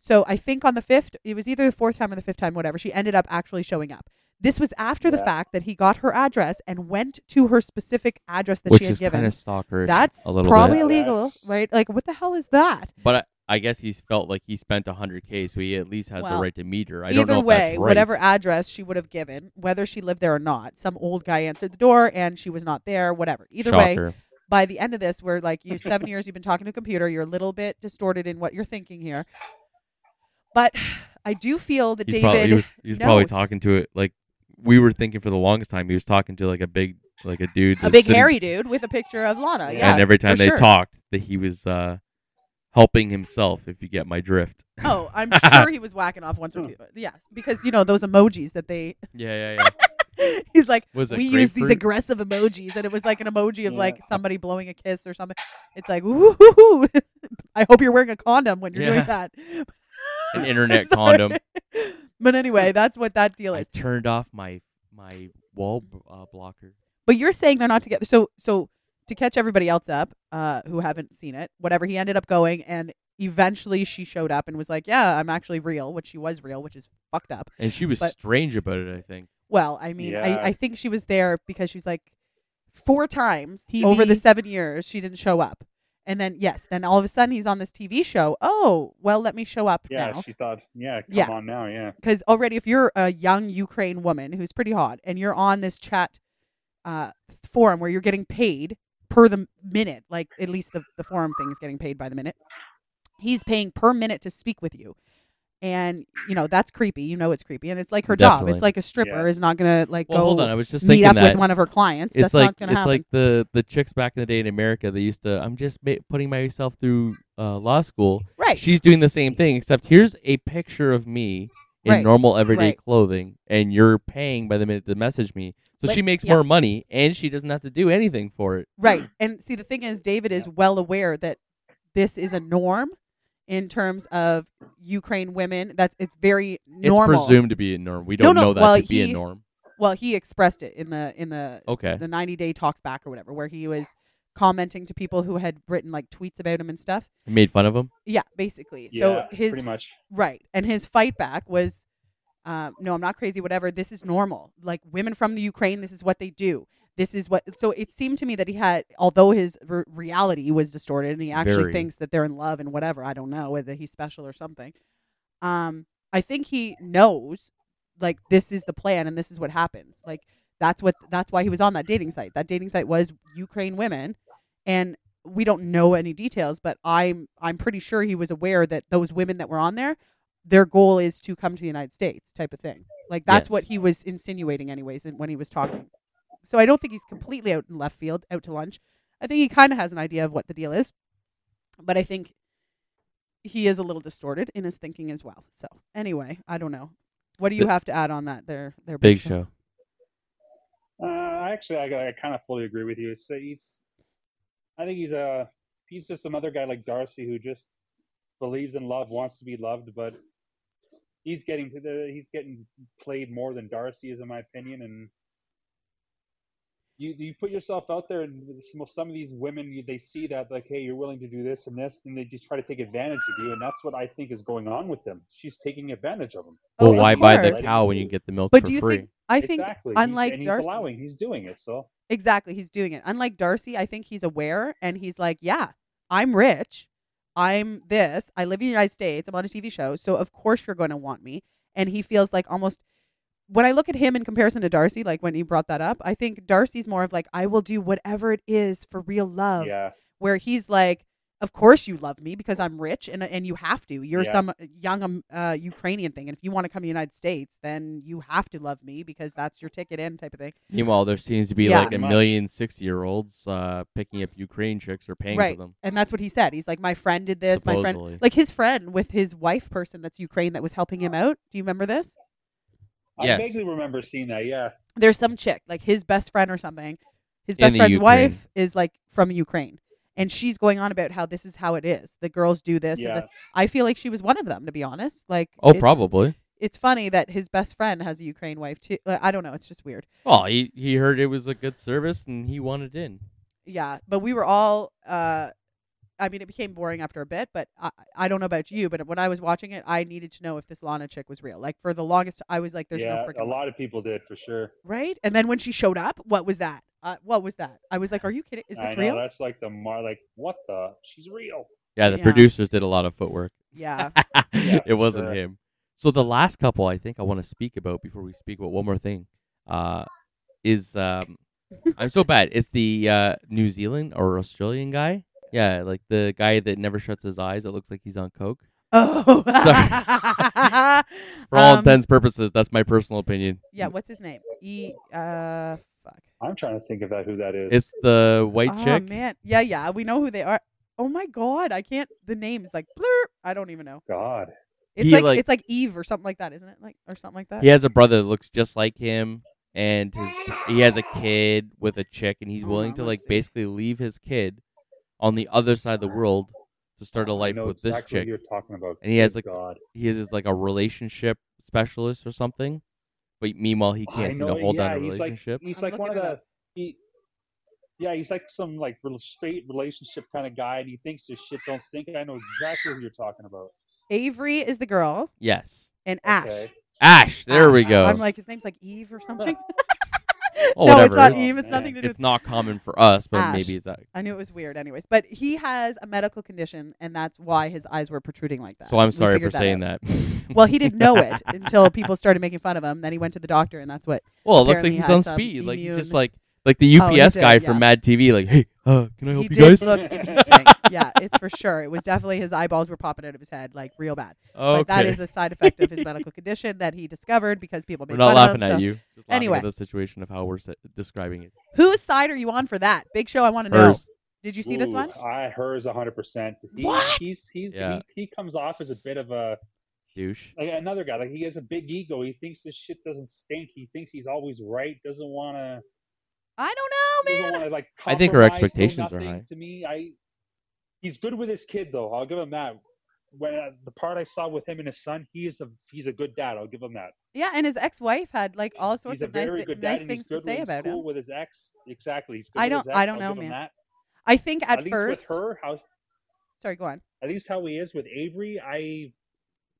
S3: so I think on the fifth, it was either the fourth time or the fifth time, whatever. She ended up actually showing up. This was after the
S4: Yeah.
S3: fact that he got her address and went to her specific address that
S2: which
S3: she had
S2: is
S3: given.
S2: kind of stalkerish.
S3: That's
S2: a little
S3: probably
S4: bit.
S3: illegal,
S4: That's-
S3: right? Like, what the hell is that?
S2: But I, I guess he's felt like he spent 100K, so he at least has
S3: Well,
S2: the right to meet her. I
S3: Either
S2: don't know if
S3: way,
S2: that's right.
S3: whatever address she would have given, whether she lived there or not, some old guy answered the door and she was not there. Whatever. Either way,
S2: Shocker.
S3: by the end of this, we're like you seven years you've been talking to a computer, you're a little bit distorted in what you're thinking here. But I do feel that
S2: he's
S3: David
S2: probably, he was, he was probably
S3: knows.
S2: talking to it like we were thinking for the longest time. He was talking to like a big, like a dude,
S3: a
S2: that's
S3: big
S2: sitting-
S3: hairy dude with a picture of Lana.
S4: And
S3: Yeah.
S2: and every time
S3: for
S2: they
S3: sure.
S2: talked, that he was uh, helping himself. If you get my drift.
S3: Oh, I'm sure he was whacking off once or two. Yes. Because you know, those emojis that they
S2: Yeah, yeah, yeah.
S3: he's like
S2: Was it
S3: we use these
S2: grapefruit?
S3: aggressive emojis, and it was like an emoji of
S4: Yeah.
S3: like somebody blowing a kiss or something. It's like, woo I hope you're wearing a condom when you're doing
S2: Yeah.
S3: that.
S2: an internet
S3: Sorry.
S2: condom.
S3: But anyway, that's what that deal
S2: I
S3: is.
S2: turned off my my wall b- uh, blocker.
S3: But you're saying they're not together. So, so to catch everybody else up uh, who haven't seen it, whatever, he ended up going, and eventually she showed up and was like, "Yeah, I'm actually real," which she was real, which is fucked up.
S2: And she was
S3: But-
S2: strange about it. I think.
S3: Well, I mean,
S4: Yeah.
S3: I, I think she was there because she was like four times over the
S2: TV.
S3: seven years she didn't show up. And then yes, then all of a sudden he's on this TV show. Oh, well, let me show up
S4: Yeah,
S3: now.
S4: she thought, yeah, come
S3: Yeah.
S4: on now, yeah.
S3: Because already, if you're a young Ukraine woman who's pretty hot and you're on this chat uh, forum where you're getting paid per the minute, like at least the the forum thing is getting paid by the minute. He's paying per minute to speak with you. And you know that's creepy. You know it's creepy, and it's like her job.
S2: Definitely.
S3: It's like a stripper
S4: Yeah.
S3: is not gonna like
S2: Well,
S3: go
S2: hold on. I was just
S3: meet
S2: thinking
S3: up
S2: that
S3: with one of her clients.
S2: it's
S3: That's
S2: like
S3: not going
S2: it's
S3: to happen.
S2: like the the chicks back in the day in America. They used to. I'm just ma- putting myself through uh, law school.
S3: right.
S2: She's doing the same thing, except here's a picture of me in
S3: Right.
S2: normal everyday
S3: Right.
S2: clothing, and you're paying by the minute to message me. So
S3: But-
S2: she makes
S3: yeah.
S2: more money, and she doesn't have to do anything for it.
S3: right. And see, the thing is, David is well aware that this is a norm in terms of Ukraine women. That's it's very normal.
S2: It's presumed to be a norm. We
S3: No,
S2: don't
S3: no,
S2: know that
S3: well,
S2: to be
S3: he-
S2: a norm.
S3: Well, he expressed it in the in the
S2: Okay.
S3: the 90 day talks back or whatever, where he was commenting to people who had written like tweets about him and stuff.
S2: You made fun of him.
S3: Yeah, basically.
S4: Yeah,
S3: so his
S4: pretty much.
S3: Right. And his fight back was, uh, no, I'm not crazy, whatever. This is normal. Like women from the Ukraine, this is what they do. This is what. So it seemed to me that he had, although his re- reality was distorted and he actually
S2: Very.
S3: thinks that they're in love and whatever, I don't know, whether he's special or something. Um, I think he knows, like, this is the plan and this is what happens. Like, that's what that's why he was on that dating site. That dating site was Ukraine women and we don't know any details, but I'm I'm pretty sure he was aware that those women that were on there, their goal is to come to the United States, type of thing. Like that's
S2: Yes.
S3: what he was insinuating, anyways, and when he was talking. So I don't think he's completely out in left field, out to lunch. I think he kind of has an idea of what the deal is, but I think he is a little distorted in his thinking as well. So anyway, I don't know. What do you
S2: Th-
S3: have to add on that? There, there,
S2: Big show.
S4: Uh, actually, uh, I, I kind of fully agree with you. So he's, I think he's a he's just another guy like Darcy who just believes in love, wants to be loved, but he's getting to the, he's getting played more than Darcy is, in my opinion. And you you put yourself out there, and some some of these women you- they see that like, hey, you're willing to do this and this, and they just try to take advantage of you, and that's what I think is going on with them. She's taking advantage of them.
S2: Well,
S3: Oh, of
S2: why buy the
S3: course.
S2: cow when you can get the milk
S3: But
S2: for
S3: do you
S2: free?
S3: think? I think
S4: exactly.
S3: unlike
S4: he's, and
S3: Darcy-
S4: he's allowing, he's doing it. So
S3: Exactly. He's doing it. Unlike Darcy, I think he's aware and he's like, yeah, I'm rich. I'm this. I live in the United States. I'm on a TV show. So, of course, you're going to want me. And he feels like almost when I look at him in comparison to Darcy, like when you brought that up, I think Darcy's more of like, I will do whatever it is for real love.
S4: yeah,
S3: Where he's like, of course you love me because I'm rich and and you have to. You're
S4: Yeah.
S3: some young um, uh, Ukrainian thing, and if you want to come to the United States, then you have to love me because that's your ticket in type of thing.
S2: Meanwhile, there seems to be
S3: Yeah.
S2: like a
S4: Much.
S2: million six-year-olds uh, picking up Ukraine chicks or paying
S3: Right.
S2: for them.
S3: And that's what he said. He's like, my friend did this. My friend,
S2: Supposedly.
S3: like his friend with his wife person that's Ukraine that was helping him out. Do you remember this?
S4: I
S2: Yes.
S4: vaguely remember seeing that. Yeah,
S3: There's some chick, like his best friend or something. His
S2: In
S3: best
S2: the
S3: friend's
S2: Ukraine.
S3: wife is like from Ukraine. And she's going on about how this is how it is. The girls do this. and
S4: yeah.
S3: the- I feel like she was one of them, to be honest. Like,
S2: Oh,
S3: it's-
S2: probably.
S3: It's funny that his best friend has a Ukraine wife too. Like, I don't know. It's just weird.
S2: Well, he he heard it was a good service and he wanted in.
S3: yeah but we were all uh i mean it became boring after a bit but i i don't know about you but when i was watching it i needed to know if this lana chick was real like for the longest i was like there's
S4: yeah,
S3: no freaking
S4: a lot of people did for sure.
S3: right and then when she showed up what was that uh, what was that i was like are you kidding is this
S4: I know
S3: real
S4: that's like the mar like what the she's real.
S2: Yeah, the
S3: Yeah.
S2: producers did a lot of footwork.
S3: yeah
S2: it wasn't
S4: sure.
S2: him. So the last couple I think I want to speak about before we speak about one more thing uh, is um, I'm so bad. It's the uh, New Zealand or Australian guy. Yeah, like the guy that never shuts his eyes. It looks like he's on coke.
S3: oh
S2: For all
S3: Um,
S2: intents purposes, that's my personal opinion.
S3: yeah what's his name e uh fuck
S4: I'm trying to think of that who that is.
S2: It's the white
S3: oh
S2: chick.
S3: man yeah yeah we know who they are oh my god i can't the name's like blur i don't even know
S4: God.
S3: it's
S2: He,
S3: like,
S2: like-
S3: it's like eve or something like that isn't it like or something like that
S2: He has a brother that looks just like him, and his, he has a kid with a chick, and he's
S3: Hold
S2: willing
S3: on,
S2: to
S3: let's
S2: like
S3: see.
S2: basically leave his kid on the other side of the world to start a life
S4: I know
S2: with this
S4: exactly
S2: chick.
S4: who You're talking about.
S2: And he has,
S4: Good
S2: like,
S4: God.
S2: He is, is like a relationship specialist or something, but meanwhile he
S4: I
S2: can't seem
S4: know,
S2: to hold
S4: yeah,
S2: down a
S4: he's
S2: relationship.
S4: Like, he's
S3: I'm
S4: like one of
S3: looking it
S4: the he, yeah, he's like some like rel- straight relationship kind of guy, and he thinks this shit don't stink. I know exactly who you're talking about.
S3: Avery is the girl,
S2: yes,
S3: and Ash.
S4: Okay.
S2: Ash. There we
S3: Ash.
S2: go.
S3: Ah, I'm like his name's like Eve or something.
S2: oh,
S3: no,
S2: whatever.
S3: it's not
S4: Oh,
S3: Eve. It's
S4: man.
S3: nothing to do.
S2: it's
S3: with-
S2: not common for us, but
S3: Ash.
S2: maybe it's that.
S3: I knew it was weird, anyways. But he has a medical condition, and that's why his eyes were protruding like that.
S2: So I'm
S3: Ah, We
S2: sorry for
S3: figured
S2: saying
S3: out.
S2: that.
S3: Well, he didn't know it until people started making fun of him. Then he went to the doctor, and that's what.
S2: Well, it looks like
S3: apparently
S2: he's
S3: had
S2: on
S3: some
S2: speed, like he's just
S3: immune-
S2: like like the
S3: Oh, he
S2: UPS guy
S3: did,
S2: from
S3: yeah.
S2: Mad TV. Like, hey, uh, can I help
S3: he
S2: you
S3: did
S2: guys?
S3: look interesting. yeah, it's for sure. It was definitely his eyeballs were popping out of his head, like real bad.
S2: okay,
S3: But that is a side effect of his medical condition that he discovered because people made
S2: we're not
S3: fun
S2: laughing
S3: of him.
S2: at
S3: so-
S2: you. Just laughing
S3: Anyway.
S2: at the situation of how we're se- describing it.
S3: Whose side are you on for that? Big show. I want to know.
S2: Hers.
S3: Did you see this
S4: Ooh,
S3: one?
S4: I hers 100. percent
S3: What?
S4: He's he's
S2: Yeah.
S4: he, he comes off as a bit of a
S2: douche.
S4: like another guy. Like he has a big ego. He thinks this shit doesn't stink. He thinks he's always right. Doesn't want to.
S3: I don't know,
S4: doesn't
S3: Oh, man.
S4: wanna, like,
S2: I think her
S4: compromise, no
S2: expectations are
S4: nothing.
S2: high.
S4: To me, I he's good with his kid though. I'll give him that. When uh, the part I saw with him and his son, he is a he's a good dad. I'll give him that.
S3: Yeah, and his ex-wife had like all sorts
S4: he's a
S3: of nice,
S4: very
S3: thi-
S4: good dad.
S3: nice
S4: and he's
S3: things
S4: good
S3: to say
S4: with,
S3: about
S4: he's cool
S3: him.
S4: with his ex. Exactly. He's good
S3: I
S4: with his
S3: don't-
S4: ex.
S3: I don't
S4: I'll
S3: know,
S4: give him
S3: man.
S4: that.
S3: I think at,
S4: least
S3: first,
S4: with her, how
S3: sorry, go on.
S4: at least how he is with Avery, I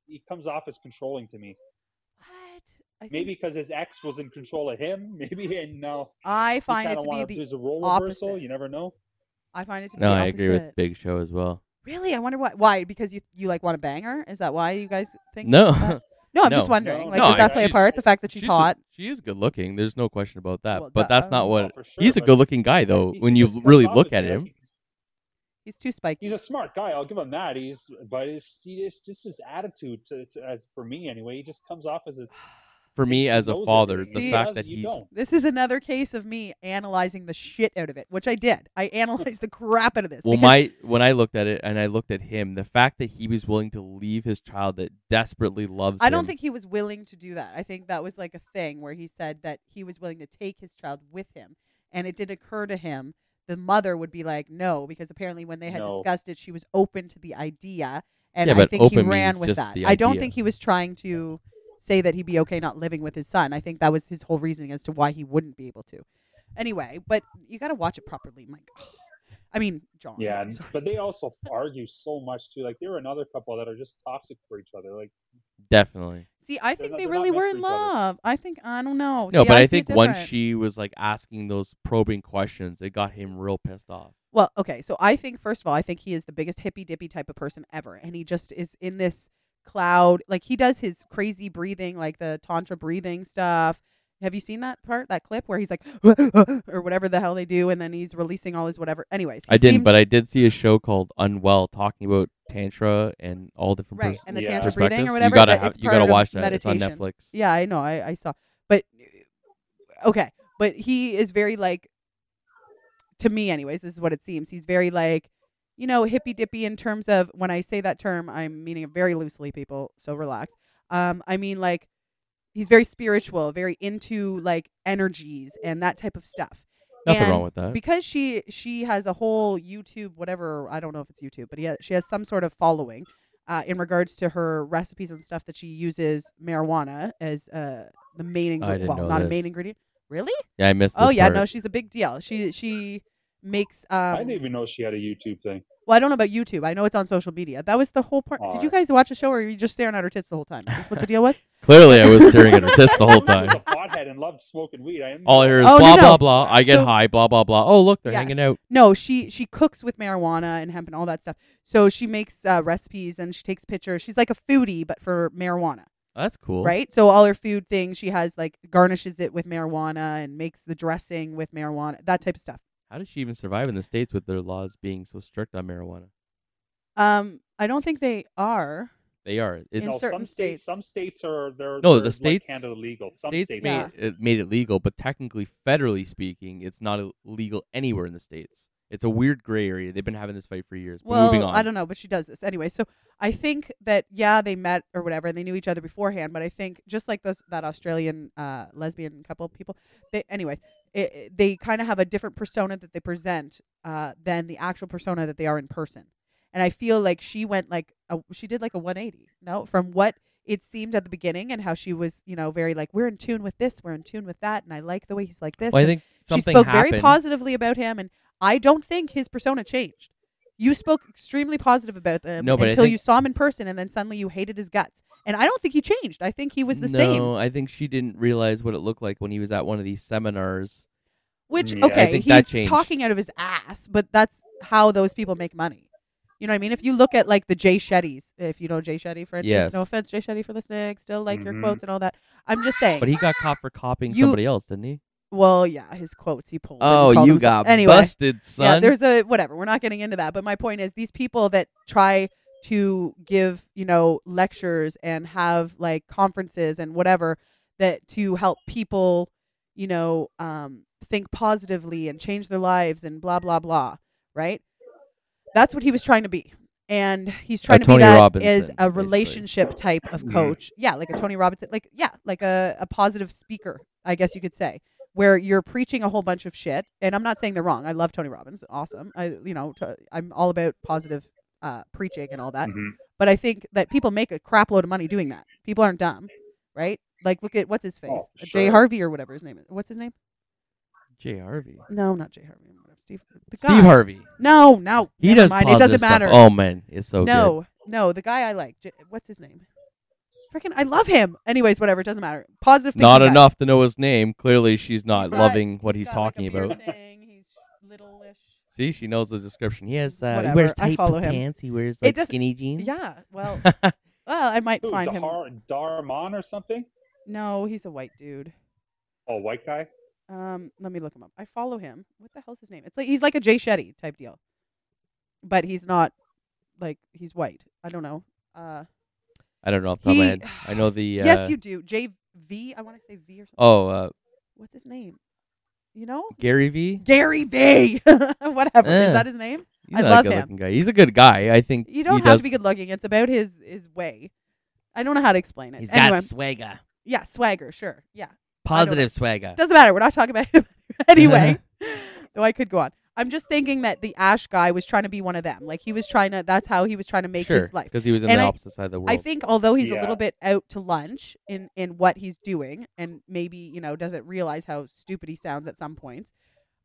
S4: he comes off as controlling to me.
S3: What? I think
S4: Maybe because his ex was in control of him. Maybe and now
S3: I
S4: he
S3: find it
S4: kinda
S3: to be
S4: wanna-
S3: the.
S4: there's a role
S3: opposite.
S4: reversal. You never know.
S3: I find it to be.
S2: No,
S3: the
S2: I agree with
S3: opposite.
S2: Big Show as well.
S3: Really, I wonder why. Why? Because you you like want to bang her? Is that why you guys think?
S2: No,
S3: that? No, I'm
S2: No.
S3: just wondering.
S4: No,
S3: like,
S2: no,
S3: does
S2: I-
S3: that play a
S4: she's-
S3: part? The fact that she's,
S2: a-
S3: hot.
S2: She is good looking. There's no question about that.
S3: Well,
S2: but
S3: duh,
S2: that's not
S3: um,
S2: what.
S4: Oh, for
S2: he's a
S4: but
S2: good-looking guy, though,
S4: he
S2: when you
S4: just comes
S2: really
S4: off
S2: look
S4: as
S2: at
S4: that.
S2: him.
S4: He's-
S3: He's too spiky.
S4: He's a smart guy. I'll give him that. He's but it's, he is just his attitude to, to as for me anyway. He just comes off as a
S2: For me,
S4: she
S2: as a
S4: knows it,
S2: father,
S4: if
S2: the
S4: he
S3: See-
S2: fact
S4: doesn't,
S2: that
S4: you
S2: he's
S4: don't.
S3: This is another case of me analyzing the shit out of it, which I did. I analyzed the crap out of this.
S2: Well,
S3: because-
S2: my when I looked at it and I looked at him, the fact that he was willing to leave his child that desperately loves
S3: I don't
S2: him-
S3: think he was willing to do that. I think that was like a thing where he said that he was willing to take his child with him, and it did occur to him the mother would be like, no, because apparently when they had
S4: No.
S3: discussed it, she was open to the idea, and
S2: Yeah,
S3: I
S2: but
S3: think he
S2: open means
S3: ran with
S2: just
S3: that.
S2: the
S3: I don't
S2: idea.
S3: think he was trying to say that he'd be okay not living with his son. I think that was his whole reasoning as to why he wouldn't be able to. Anyway, but you got to watch it properly, Mike. I mean, John.
S4: Yeah, and-
S3: sorry.
S4: but they also argue so much too. Like they were another couple that are just toxic for each other. Like
S2: Definitely.
S3: See, I
S4: They're
S3: think
S4: not-
S3: they
S4: they're not
S3: really
S4: meant
S3: were
S4: for
S3: in
S4: each other.
S3: love. I think I don't know.
S2: No,
S3: See,
S2: but
S3: I
S2: I,
S3: see it
S2: think once
S3: different.
S2: she was like asking those probing questions, it got him real pissed off.
S3: Well, okay. So I think first of all, I think he is the biggest hippy dippy type of person ever, and he just is in this cloud. Like he does his crazy breathing, like the tantra breathing stuff. Have you seen that part, that clip where he's like, or whatever the hell they do, and then he's releasing all his whatever. Anyways, he
S2: I didn't,
S3: seemed-
S2: but I did see a show called Unwell talking about tantra and all different
S3: right,
S2: pers-
S3: and the
S4: Yeah.
S3: tantra
S2: perspectives.
S3: breathing or whatever.
S2: you gotta
S3: that
S2: have,
S3: it's
S2: you
S3: part
S2: gotta
S3: of
S2: watch that. It's on
S3: meditation.
S2: Netflix.
S3: Yeah, I know. I, I saw. But okay. But he is very like to me anyways, this is what it seems. He's very like, you know, hippy dippy in terms of when I say that term, I'm meaning it very loosely, people, so relax. Um, I mean like he's very spiritual, very into like energies and that type of stuff.
S2: Nothing
S3: And
S2: wrong with that.
S3: Because she she has a whole YouTube whatever I don't know if it's YouTube, but yeah, she has some sort of following uh, in regards to her recipes and stuff that she uses marijuana as uh, the main
S2: I didn't
S3: ingredient. Well,
S2: know
S3: not a
S2: this.
S3: main ingredient. Really?
S2: yeah, I missed. This
S3: Oh yeah,
S2: part.
S3: no, she's a big deal. She she makes.
S4: I
S3: Um,
S4: didn't even know she had a YouTube thing.
S3: well, I don't know about YouTube. I know it's on social media. That was the whole part. Did you
S4: Alright.
S3: guys watch a show or were you just staring at her tits the whole time? Is this what the deal was?
S2: Clearly, I was staring at her tits the whole
S4: Who was
S2: time.
S4: a pothead and loved smoking weed. I am
S2: All I hear is
S3: Oh, no,
S2: blah
S3: no.
S2: blah blah. I get
S3: So-
S2: high. Blah blah blah. Oh look, they're
S3: Yes.
S2: hanging out.
S3: No, she she cooks with marijuana and hemp and all that stuff. So she makes uh, recipes and she takes pictures. She's like a foodie, but for marijuana.
S2: Oh, that's cool.
S3: right? So all her food things, she has like garnishes it with marijuana and makes the dressing with marijuana, that type of stuff.
S2: How does she even survive in the states with their laws being so strict on marijuana?
S3: Um, I don't think they are.
S2: They are. It's,
S3: In
S4: No,
S3: certain
S4: some states,
S3: states.
S4: some states are they're
S2: No,
S4: they're
S2: the
S4: like
S2: states-
S4: Canada legal. Some
S2: states,
S4: states,
S2: made it made it legal, but technically, federally speaking, it's not illegal anywhere in the states. It's a weird gray area. They've been having this fight for years. But moving
S3: Well,
S2: on.
S3: I don't know, but she does this anyway. So I think that yeah, they met or whatever, and they knew each other beforehand. But I think just like those that Australian uh, lesbian couple people, they anyways, it, it- they kind of have a different persona that they present uh, than the actual persona that they are in person. And I feel like she went like a, she did like a 180. No, from what it seemed at the beginning and how she was, you know, very like we're in tune with this, we're in tune with that, and I like the way he's like this.
S2: Well, I
S3: and
S2: think
S3: she
S2: something
S3: spoke
S2: happened.
S3: very positively about him, and I don't think his persona changed. You spoke extremely positive about him
S2: No, but I
S3: until
S2: think-
S3: you saw him in person, and then suddenly you hated his guts. And I don't think he changed. I think he was the
S2: no,
S3: same.
S2: I think she didn't realize what it looked like when he was at one of these seminars.
S3: Which
S4: Mm, Yeah, I
S3: okay,
S2: think that
S3: he's
S2: changed.
S3: talking out of his ass, but that's how those people make money. You know what I mean? If you look at like the Jay Shetty's, if you know Jay Shetty, for instance,
S2: Yes.
S3: no offense, Jay Shetty, for listening, still like your
S4: Mhm.
S3: quotes and all that. I'm just saying.
S2: But he got caught for copying
S3: You-
S2: somebody else, didn't he?
S3: well, yeah, his quotes he pulled. and
S2: Oh,
S3: called
S2: you
S3: himself-
S2: got
S3: anyway.
S2: busted,
S3: Yeah,
S2: son.
S3: there's a whatever. We're not getting into that. But my point is, these people that try to give, you know, lectures and have like conferences and whatever that to help people, you know, um, think positively and change their lives and blah blah blah. Right? That's what he was trying to be. And he's trying to be
S2: Tony
S3: that
S2: Robbins
S3: as
S2: then,
S3: a
S2: basically.
S3: relationship type of coach. Yeah, like a Tony Robbins, like yeah, like a, a positive speaker, I guess you could say where you're preaching a whole bunch of shit. And I'm not saying they're wrong. I love Tony Robbins. Awesome. I, you know, t- I'm all about positive uh, preaching and all that.
S2: Mm.
S4: Mhm.
S3: But I think that people make a crap load of money doing that. People aren't dumb, right? Like, look at what's his face, Uh,
S4: Oh,
S3: Jay
S4: sure.
S3: Harvey or whatever his name is. What's his name?
S2: Jay Harvey.
S3: No, not Jay Harvey. Steve. The guy.
S2: Steve Harvey.
S3: No, no.
S2: He
S3: never
S2: does
S3: mind. It doesn't
S2: positive stuff.
S3: matter.
S2: Oh man, it's so good.
S3: no, no. The guy I like. J- what's his name? Freaking, I love him. Anyways, whatever. It doesn't matter. Positive. thinking
S2: Not
S3: guy.
S2: enough to know his name. Clearly, she's not
S3: He's got-
S2: loving what he's
S3: got, like, a
S2: talking
S3: beard
S2: about.
S3: thing. He's littleish.
S2: See, she knows the description. He has uh, he
S3: Whatever,
S2: wears
S3: I
S2: tight
S3: follow him.
S2: pants. He wears
S3: It
S2: like
S3: doesn't-
S2: skinny jeans.
S3: Yeah. Well, well, I might
S4: Who,
S3: find him.
S4: Dahar, Darman or something?
S3: No, he's a white dude.
S4: Oh, white guy.
S3: Um, let me look him up. I follow him. What the hell's his name? It's like he's like a Jay Shetty type deal, but he's not like he's white. I don't know. Uh,
S2: I don't know if the top of my
S3: He-
S2: head. I know the. Uh,
S3: yes, you do. J V. I want to say V or something.
S2: Oh, uh,
S3: What's his name? You know,
S2: Gary V.
S3: Gary V. Whatever
S2: Eh.
S3: is that his name?
S2: He's
S3: I
S2: not
S3: love
S2: a good looking guy. He's a good guy. I think
S3: You
S2: he
S3: don't have
S2: does-
S3: to be good looking. It's about his his way. I don't know how to explain it.
S2: He's
S3: anyway,
S2: got swagger.
S3: yeah, swagger, sure, yeah.
S2: Positive swagger.
S3: Doesn't matter. We're not talking about him anyway. though I could go on. I'm just thinking that the Ash guy was trying to be one of them. Like he was trying to. That's how he was trying to make
S2: sure,
S3: his life.
S2: because he was in
S3: And
S2: the
S3: I-
S2: opposite side of the world.
S3: I think although he's a
S4: Yeah.
S3: little bit out to lunch in in what he's doing and maybe, you know, doesn't realize how stupid he sounds at some points.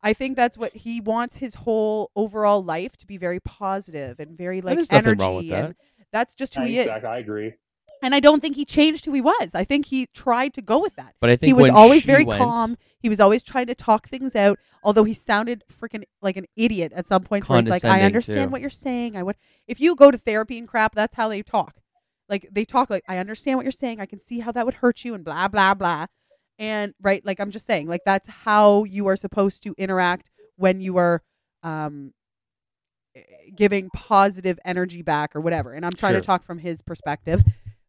S3: I think that's what he wants his whole overall life to be very positive and very like
S2: there's nothing
S3: energy
S2: wrong with that.
S3: and that's just who
S4: Yeah,
S3: he is.
S4: exactly, I agree.
S3: And I don't think he changed who he was. I think he tried to go with that.
S2: but I think
S3: He was
S2: when
S3: always
S2: she
S3: very
S2: went,
S3: calm. He was always trying to talk things out, although he sounded freaking like an idiot at some points where he's like, I
S2: Condescending,
S3: understand
S2: too.
S3: what you're saying. I would if you go to therapy and crap, that's how they talk. Like they talk like I understand what you're saying. I can see how that would hurt you and blah blah blah. And right, like I'm just saying, like that's how you are supposed to interact when you are um eh, giving positive energy back or whatever. And I'm trying
S2: Sure.
S3: to talk from his perspective.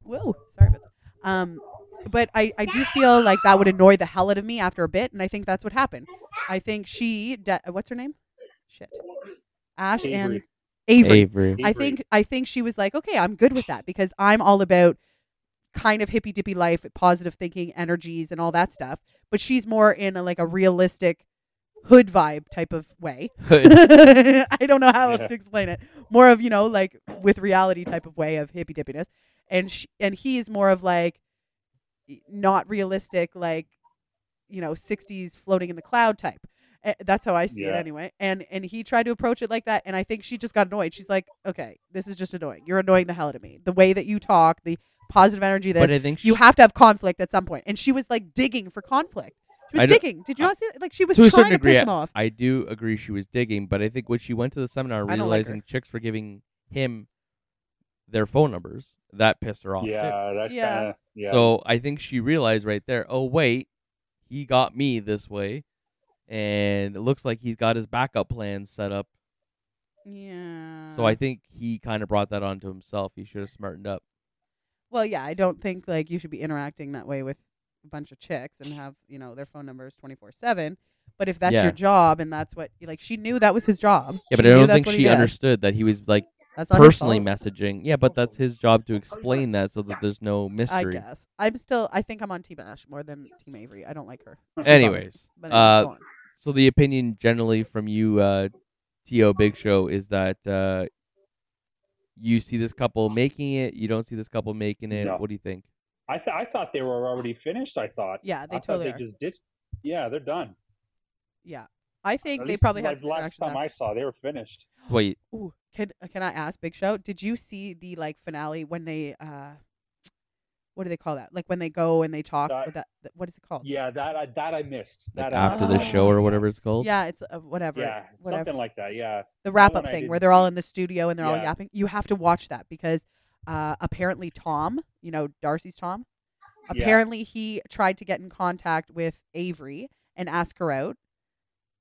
S3: Whoa, sorry about that. Um but I, I do feel like that would annoy the hell out of me after a bit, and I think that's what happened. I think she, de- what's her name? Shit, Ash and Avery.
S4: Avery.
S2: Avery.
S3: I
S4: Avery.
S3: think I think she was like, okay, I'm good with that because I'm all about kind of hippy dippy life, positive thinking, energies, and all that stuff. But she's more in a, like a realistic hood vibe type of way.
S2: Hood.
S3: I don't know how
S4: Yeah.
S3: else to explain it. More of you know like with reality type of way of hippy dippiness, and she, and he is more of like not realistic, like you know '60s floating in the cloud type. Eh, That's how I see it
S4: Yeah.
S3: anyway. And and he tried to approach it like that, and I think she just got annoyed. She's like, okay, this is just annoying. You're annoying the hell out of me. The way that you talk, the positive energy. This
S2: But I think she,
S3: you have to have conflict at some point. And she was like digging for conflict. She was
S2: I don't-
S3: digging. Did you not see it? Like she was
S2: to a
S3: trying
S2: certain
S3: to
S2: degree,
S3: piss him
S2: I-
S3: off.
S2: I do agree she was digging, but I think when she went to the seminar
S3: I don't like
S2: realizing chicks were giving him their phone numbers, that pissed her off too.
S4: Yeah, that's
S3: Yeah.
S4: kind of yeah.
S2: So I think she realized right there, oh wait, he got me this way. And it looks like he's got his backup plan set up.
S3: Yeah.
S2: So I think he kind of brought that onto himself. He should have smartened up.
S3: Well, yeah, I don't think like you should be interacting that way with a bunch of chicks and have you know their phone numbers twenty four seven. But if that's
S2: Yeah.
S3: your job and that's what like she knew that was his job.
S2: Yeah, but
S3: She
S2: I
S3: knew
S2: don't
S3: that's
S2: think
S3: what he
S2: she
S3: did.
S2: understood that he was like
S3: That's not his
S2: personally
S3: fault.
S2: messaging. Yeah, but that's his job to explain that so that there's no
S3: I
S2: mystery.
S3: guess I'm still. I think I'm on Team Ash more than Team Avery. I don't like her.
S2: Anyways,
S3: But anyway,
S2: uh,
S3: go on.
S2: so the opinion generally from you, uh, To Big Show, is that uh, you see this couple making it, you don't see this couple making it.
S4: No.
S2: What do you think?
S4: I th- I thought they were already finished. I thought.
S3: yeah,
S4: I
S3: they
S4: thought
S3: totally
S4: they
S3: are.
S4: just ditched. Yeah, they're done.
S3: yeah, I think
S4: At
S3: they
S4: least
S3: probably
S4: like
S3: had some
S4: last
S3: interactions
S4: time
S3: after.
S4: I saw, they were finished.
S2: That's why you,
S3: Ooh, can uh, can I ask Big Show? Did you see the like finale when they uh, what do they call that? Like when they go and they talk.
S4: Uh,
S3: with that, th- what is it called?
S4: Yeah, that I, that I missed.
S2: like,
S4: That I
S2: after the
S4: missed.
S2: show or whatever it's called.
S3: Yeah, it's uh, whatever.
S4: Yeah,
S3: whatever.
S4: something like that. Yeah,
S3: the wrap up
S4: one I
S3: thing where
S4: didn't
S3: they're all
S4: see.
S3: in the studio and they're all
S4: Yeah.
S3: yapping. You have to watch that because uh, apparently Tom, you know Darcy's Tom,
S4: Yeah.
S3: apparently he tried to get in contact with Avery and ask her out.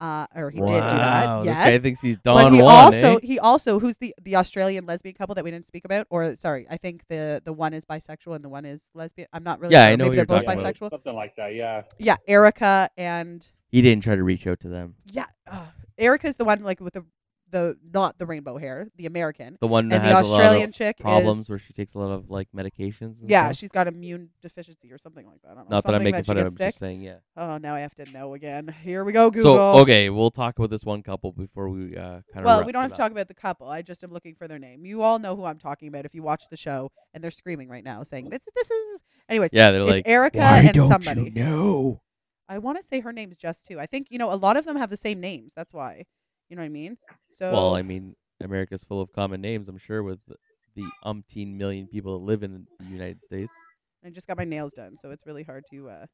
S3: Uh, or he did do
S2: Wow,
S3: that.
S2: This
S3: Yes.
S2: guy thinks he's Don
S3: but he
S2: Juan,
S3: also
S2: eh?
S3: he also who's the the Australian lesbian couple that we didn't speak about or sorry I think the the one is bisexual and the one is lesbian I'm not really
S2: Yeah,
S3: sure.
S2: I know
S3: maybe
S2: who
S3: they're
S2: you're
S3: both
S2: talking about.
S3: bisexual
S4: Something like that. Yeah.
S3: yeah Erica and
S2: He didn't try to reach out to them.
S3: yeah uh, Erica's the one like with the the not the rainbow hair the American
S2: The one that
S3: and the
S2: has a lot
S3: Australian
S2: of
S3: chick
S2: problems
S3: is
S2: where she takes a lot of like medications. And
S3: yeah
S2: stuff.
S3: she's got immune deficiency or something like that I don't know,
S2: Not that I'm
S3: something
S2: making
S3: she
S2: fun of him.
S3: gets
S2: I'm
S3: sick
S2: Just saying, yeah.
S3: oh now I have to know again here we go Google
S2: So okay, we'll talk about this one couple before we uh, kind of.
S3: Well, we don't have to talk about the couple. I just am looking for their name. You all know who I'm talking about if you watch the show, and they're screaming right now, saying this, this is. Anyways,
S2: Yeah, they're
S3: it's
S2: like.
S3: Erica
S2: Why
S3: and
S2: don't
S3: somebody.
S2: you know?
S3: I want to say her name's Jess too. I think you know a lot of them have the same names. That's why, you know what I mean. So
S2: Well, I mean, America's full of common names, I'm sure, with the umpteen million people that live in the United States.
S3: I just got my nails done, so it's really hard to uh,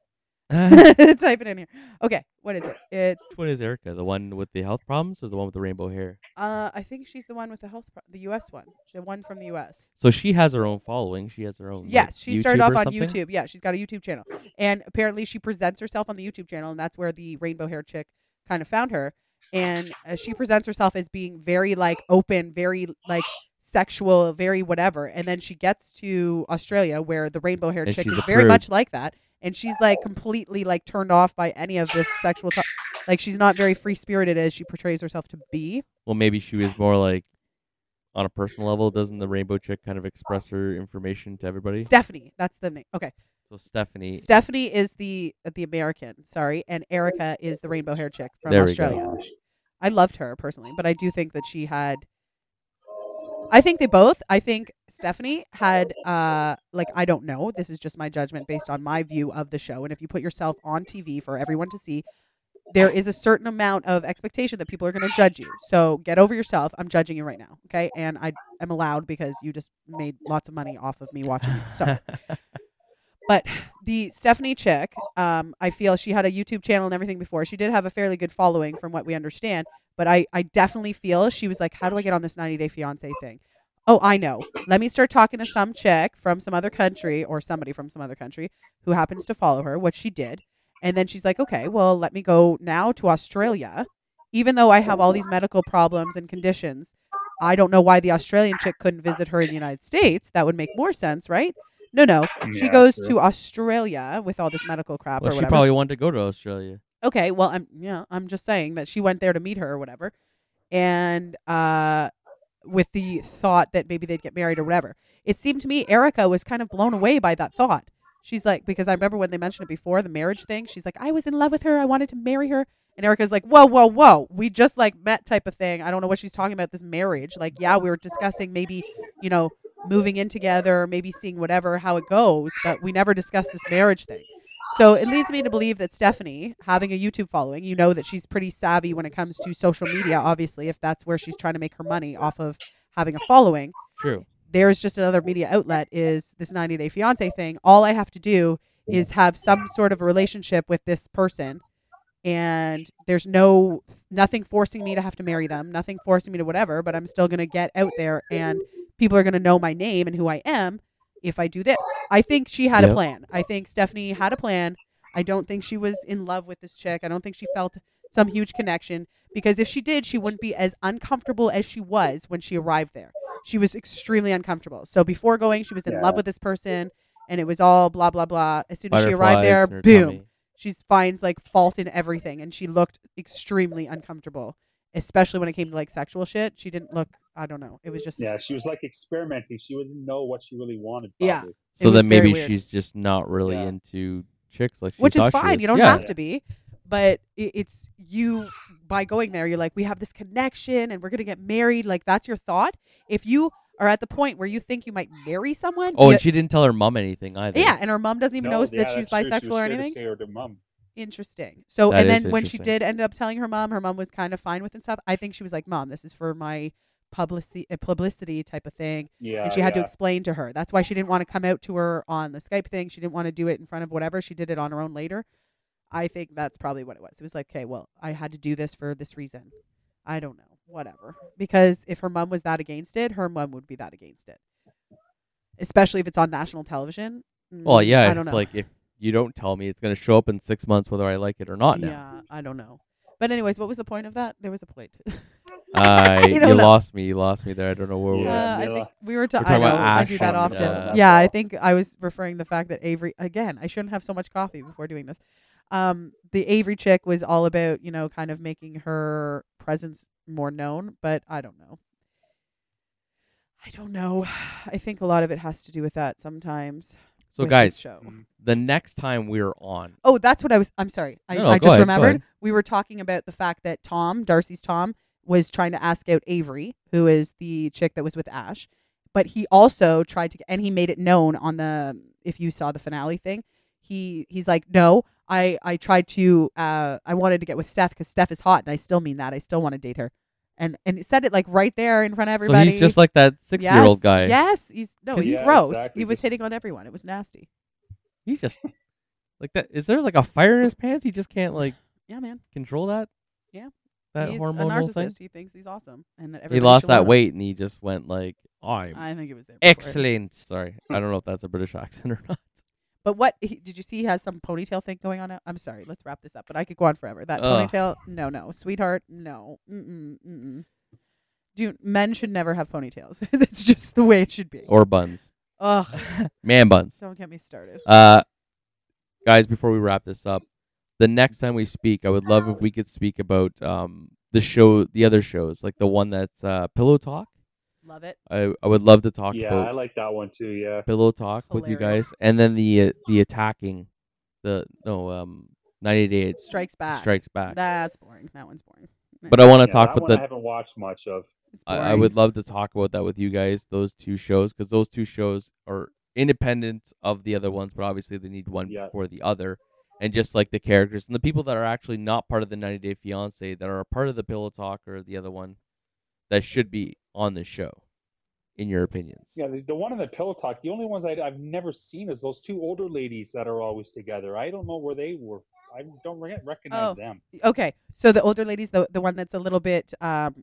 S2: Which
S3: type it in here. Okay, what is it? It's
S2: one is Erica? The one with the health problems or the one with the rainbow hair?
S3: uh, I think she's the one with the health, pro- the U.S. one, the one from the U.S.
S2: So she has her own following. She has her own. like,
S3: Yes, she started
S2: YouTube
S3: off
S2: or
S3: on
S2: something?
S3: YouTube. Yeah, she's got a YouTube channel, and apparently she presents herself on the YouTube channel, and that's where the rainbow hair chick kind of found her. And uh, she presents herself as being very like open, very like sexual, very whatever. And then she gets to Australia, where the rainbow hair
S2: And
S3: chick
S2: she's
S3: is very
S2: approved.
S3: much like that, and she's like completely like turned off by any of this sexual. talk. like she's not very free spirited as she portrays herself to be.
S2: Well, maybe she was more like, on a personal level, doesn't the rainbow chick kind of express her information to everybody?
S3: Stephanie, that's the name. Okay.
S2: so Stephanie.
S3: Stephanie is the the American, sorry, and Erica is the rainbow hair chick from
S2: There we go.
S3: Australia. I loved her personally, but I do think that she had. I think they both. I think Stephanie had, uh, like, I don't know. This is just my judgment based on my view of the show. And if you put yourself on TV for everyone to see, there is a certain amount of expectation that people are going to judge you. So get over yourself. I'm judging you right now, okay? And I am allowed because you just made lots of money off of me watching you. So the Stephanie chick, um, I feel she had a YouTube channel and everything before. She did have a fairly good following from what we understand, but I, I definitely feel she was like, How do I get on this 90 day fiance thing? Oh, I know. Let me start talking to some chick from some other country or somebody from some other country who happens to follow her, what she did. And then she's like, Okay, well, let me go now to Australia. Even though I have all these medical problems and conditions, I don't know why the Australian chick couldn't visit her in the United States. That would make more sense, right? No, no. She
S4: Yeah,
S3: goes
S4: true.
S3: to Australia with all this medical crap
S2: well,
S3: or
S2: she
S3: whatever.
S2: probably wanted to go to Australia.
S3: okay, well, I'm yeah, I'm just saying that she went there to meet her or whatever, and uh, with the thought that maybe they'd get married or whatever. It seemed to me Erica was kind of blown away by that thought. She's like, because I remember when they mentioned it before the marriage thing. She's like, I was in love with her. I wanted to marry her. And Erica's like, whoa, whoa, whoa. We just like met type of thing. I don't know what she's talking about, this marriage. Like, yeah, we were discussing maybe, you know, moving in together, maybe seeing whatever, how it goes, but we never discussed this marriage thing. So it leads me to believe that Stephanie, having a YouTube following, you know that she's pretty savvy when it comes to social media, obviously, if that's where she's trying to make her money off of having a following
S2: True.
S3: there's just another media outlet is this 90 day fiance thing all i have to do is have some sort of a relationship with this person and there's no nothing forcing me to have to marry them nothing forcing me to whatever but i'm still going to get out there and people are going to know my name and who i am if i do this i think she had a
S2: Yep.
S3: plan i think stephanie had a plan i don't think she was in love with this chick i don't think she felt some huge connection because if she did she wouldn't be as uncomfortable as she was when she arrived there she was extremely uncomfortable. So before going, she was in
S4: Yeah.
S3: love with this person, and it was all blah blah blah. As soon as she arrived
S2: Butterflies
S3: there,
S2: in her
S3: boom,
S2: tummy.
S3: she finds like fault in everything, and she looked extremely uncomfortable, especially when it came to like sexual shit. She didn't look. I don't know. It was just
S4: Yeah, she was like experimenting. She wouldn't know what she really wanted.
S3: Yeah.
S4: probably.
S2: So
S3: was
S2: then
S3: very
S2: maybe
S3: weird.
S2: she's just not really
S4: Yeah.
S2: into chicks like she
S3: which is
S2: thought she
S3: fine.
S2: was.
S3: You don't
S2: Yeah.
S3: have to be, but i- it's you by going there. You're like, we have this connection, and we're gonna get married. Like that's your thought. If you are at the point where you think you might marry someone,
S2: Oh,
S3: you-
S2: and she didn't tell her mom anything either.
S3: yeah, and her mom doesn't even
S4: No,
S3: know
S4: yeah,
S3: that she's
S4: that's true. She
S3: bisexual
S4: was
S3: or
S4: scared to
S3: anything.
S4: say her to mom.
S3: Interesting. So,
S2: That
S3: and
S2: is
S3: then when she
S2: interesting.
S3: did end up telling her mom, her mom was kind of fine with it and stuff. I think she was like, "Mom, this is for my publicity, uh, publicity type of thing,"
S4: Yeah,
S3: and she had to
S4: yeah.
S3: explain to her. That's why she didn't want to come out to her on the Skype thing. She didn't want to do it in front of whatever. She did it on her own later. I think that's probably what it was. It was like, "Okay, well, I had to do this for this reason." I don't know, whatever. Because if her mom was that against it, her mom would be that against it. Especially if it's on national television.
S2: Well,
S3: Mm,
S2: yeah,
S3: I don't
S2: it's
S3: know.
S2: like if you don't tell me, it's gonna show up in six months whether I like it or not. Now,
S3: Yeah, I don't know. But anyways, what was the point of that? There was a point. uh,
S2: I
S3: You
S2: you,
S3: don't know.
S2: lost me. You lost me there. I don't know where
S4: Yeah,
S3: Uh, I
S4: Mila.
S3: think we were, ta-
S2: We're
S3: I
S2: talking
S3: know
S2: about
S3: I do that
S2: Ashland, yeah.
S3: often. yeah, I think I was referring to the fact that Avery again. I shouldn't have so much coffee before doing this. Um, the Avery chick was all about you know kind of making her presence more known, but I don't know. I don't know. I think a lot of it has to do with that sometimes.
S2: So
S3: with this
S2: guys,
S3: show.
S2: the next time we're on,
S3: Oh, that's what I was. I'm sorry. I,
S2: No, no,
S3: I
S2: go
S3: just
S2: ahead, go
S3: remembered
S2: ahead.
S3: we were talking about the fact that Tom, Darcy's Tom, was trying to ask out Avery, who is the chick that was with Ash, but he also tried to, and he made it known on the if you saw the finale thing, he he's like, no, I I tried to, uh, I wanted to get with Steph because Steph is hot, and I still mean that. I still want to date her, and and he said it like right there in front of
S2: so
S3: everybody.
S2: he's just like that six-year-old
S3: Yes,
S2: guy.
S3: Yes, he's no, he's
S4: Yeah,
S3: gross.
S4: exactly,
S3: He was
S4: just-
S3: hitting on everyone. It was nasty.
S2: He's just like that. Is there like a fire in his pants? He just can't like
S3: Yeah, man.
S2: control that.
S3: Yeah.
S2: That
S3: he's
S2: hormonal
S3: a narcissist.
S2: thing.
S3: He thinks he's awesome, and that
S2: He
S3: everybody
S2: lost
S3: should
S2: that
S3: love him.
S2: weight and he just went like, I'm
S3: I think it was there. before it.
S2: excellent. Sorry, I don't know if that's a British accent or not.
S3: But what he, did you see? He has some ponytail thing going on. now? I'm sorry. Let's wrap this up. But I could go on forever. That
S2: Ugh.
S3: ponytail. No, no, sweetheart. No. Mm-mm, mm-mm. Dude, men should never have ponytails. That's just the way it should be.
S2: Or buns,
S3: Ugh.
S2: man buns.
S3: Don't get me started.
S2: Uh, guys, before we wrap this up, the next time we speak, I would love if we could speak about um the show, the other shows, like the one that's uh, Pillow Talk.
S3: Love it.
S2: I I would love to talk
S4: Yeah, I
S2: about
S4: like that one too. Yeah,
S2: Pillow Talk with you
S3: Hilarious.
S2: guys, and then the uh, the attacking, the no um ninety day
S3: Strikes back.
S2: strikes back.
S3: That's boring. That one's boring.
S2: But I want
S4: Yeah,
S2: to talk
S4: that
S2: with
S4: one
S2: the
S4: I haven't watched much of.
S3: It's
S2: I, I
S3: boring.
S2: would love to talk about that with you guys. Those two shows, because those two shows are independent of the other ones, but obviously they need one
S4: Yeah.
S2: before the other. And just like the characters and the people that are actually not part of the 90 Day Fiance, that are a part of the Pillow Talk or the other one, that should be on the show, in your opinions.
S4: Yeah, the, the one in the Pillow Talk, the only ones I, I've never seen is those two older ladies that are always together. I don't know where they were. I don't re- recognize
S3: Oh.
S4: them.
S3: okay. So the older lady's the the one that's a little bit um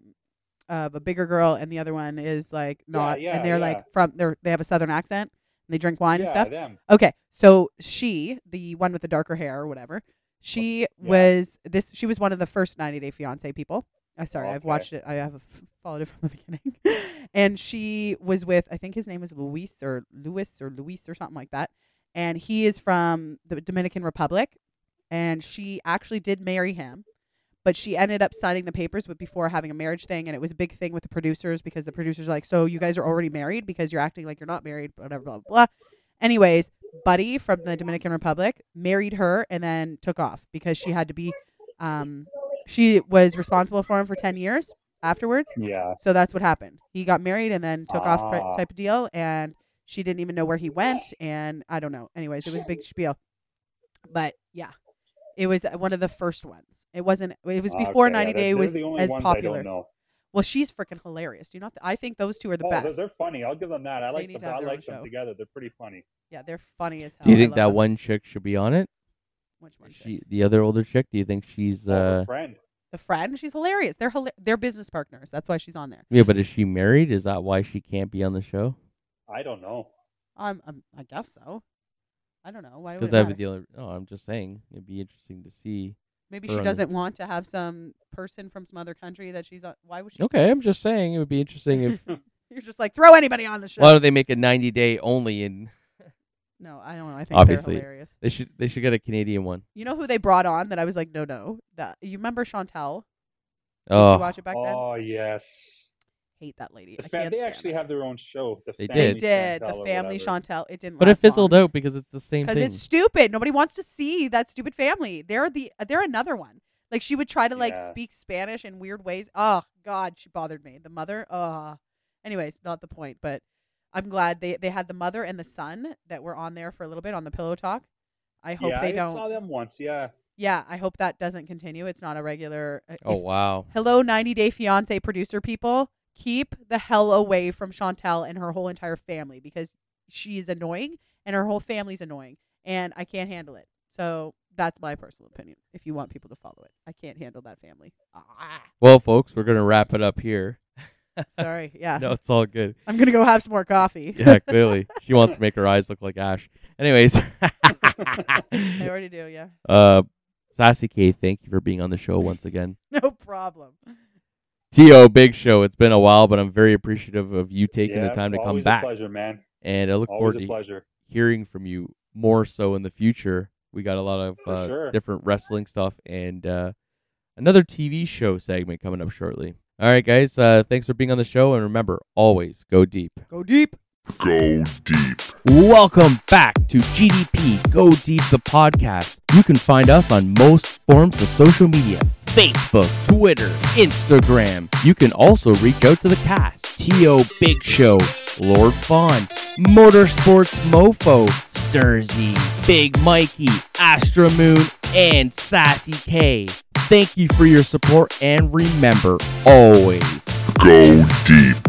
S3: of a bigger girl, and the other one is like not,
S4: yeah,
S3: and they're
S4: yeah.
S3: like from they are they have a southern accent and they drink wine
S4: yeah,
S3: and stuff.
S4: them.
S3: Okay, so she, the one with the darker hair or whatever, she
S4: yeah.
S3: was this. She was one of the first 90 Day Fiance people. Uh, sorry, I've
S4: Okay.
S3: watched it. I have f- followed it from the beginning. and she was with, I think his name was Luis or Luis or Luis or something like that. And he is from the Dominican Republic. And she actually did marry him, but she ended up signing the papers with before having a marriage thing. And it was a big thing with the producers because the producers are like, so you guys are already married because you're acting like you're not married, whatever, blah, blah, blah. Anyways, Buddy from the Dominican Republic married her and then took off because she had to be, um, she was responsible for him for 10 years afterwards.
S4: Yeah.
S3: So that's what happened. He got married and then took off pri-
S4: Ah.
S3: type of deal, and she didn't even know where he went. And I don't know. Anyways, it was a big spiel. But yeah, it was uh, one of the first ones. It wasn't. It was before
S4: Okay, Uh, yeah,
S3: 90
S4: they're-
S3: Day
S4: they're
S3: was
S4: the only
S3: as
S4: ones I
S3: popular.
S4: don't know.
S3: Well, she's freaking hilarious. Do you not? I think those two are the
S4: oh, they're-
S3: best.
S4: They're funny. I'll give them that. I
S3: They
S4: like
S3: need
S4: them.
S3: to have
S4: I
S3: their own
S4: like them
S3: show.
S4: together. They're pretty funny.
S3: yeah, they're funny as hell.
S2: Do you
S3: Oh, I
S2: think
S3: love
S2: that
S3: them.
S2: one chick should be on it?
S3: Which one?
S2: She, the other older chick. Do you think she's?
S4: Oh, her
S2: uh
S4: friend.
S3: the friend. She's hilarious. They're hila- they're business partners. That's why she's on there.
S2: Yeah, but is she married? Is that why she can't be on the show?
S4: I don't know.
S3: Um, um I guess so. I don't know. Why would
S2: Because
S3: it
S2: I have a
S3: matter?
S2: deal. No, oh, I'm just saying it'd be interesting to see.
S3: Maybe
S2: her
S3: she
S2: on the-
S3: doesn't want to have some person from some other country that she's on. Why would she?
S2: Okay, I'm just saying it would be interesting if
S3: You're just like throw anybody on the show.
S2: why do they make a 90 day only and
S3: No, I don't know. I think
S2: Obviously.
S3: they're hilarious.
S2: they should they should get a Canadian one.
S3: You know who they brought on that I was like, no, no. That you remember Chantel? Did
S2: Oh,
S3: you watch it back then?
S4: oh yes.
S3: Hate that lady.
S4: The
S3: I
S4: fam-
S3: can't
S4: they
S3: stand
S4: actually
S3: her.
S4: have their own show. The
S2: They
S4: family
S3: They
S2: did.
S3: did
S4: Chantel
S3: the
S4: or
S3: family
S4: whatever.
S3: Chantel. It didn't.
S2: but it
S3: last
S2: fizzled
S3: long.
S2: out because it's the same
S3: because
S2: thing.
S3: it's stupid. Nobody wants to see that stupid family. They're the they're another one. Like she would try to like
S4: Yeah.
S3: speak Spanish in weird ways. Oh God, she bothered me. The mother. Oh, anyways, not the point. But I'm glad they they had the mother and the son that were on there for a little bit on the pillow talk. I hope
S4: yeah,
S3: they
S4: I
S3: don't.
S4: saw them once. Yeah.
S3: Yeah, I hope that doesn't continue. It's not a regular. uh,
S2: oh
S3: if-
S2: wow.
S3: Hello, 90 Day Fiance producer people. Keep the hell away from Chantel and her whole entire family because she is annoying and her whole family's annoying, and I can't handle it. So that's my personal opinion. If you want people to follow it, I can't handle that family. Ah,
S2: Well, folks, we're gonna wrap it up here.
S3: sorry. Yeah.
S2: No, it's all good.
S3: I'm going to go have some more coffee.
S2: Yeah, clearly she wants to make her eyes look like Ash. Anyways,
S3: I already do. Yeah.
S2: uh, Sassy K, thank you for being on the show once again.
S3: No problem.
S2: To Big Show, it's been a while, but I'm very appreciative of you taking
S4: yeah,
S2: the time to come
S4: always
S2: back,
S4: A pleasure, man.
S2: and I look
S4: Always
S2: forward
S4: a
S2: to
S4: pleasure.
S2: hearing from you more so in the future. We got a lot of
S4: For
S2: uh,
S4: sure.
S2: different wrestling stuff and uh, another TV show segment coming up shortly. All right, guys, uh, thanks for being on the show. And remember, always go deep.
S3: Go deep.
S1: Go deep.
S2: Welcome back to GDP Go Deep, the podcast. You can find us on most forms of social media Facebook, Twitter, Instagram. You can also reach out to the cast T.O. Big Show, Lord Fawn, Motorsports Mofo, Sturzy, Big Mikey, Astra Moon, and Sassy K. Thank you for your support and remember always
S1: Go deep.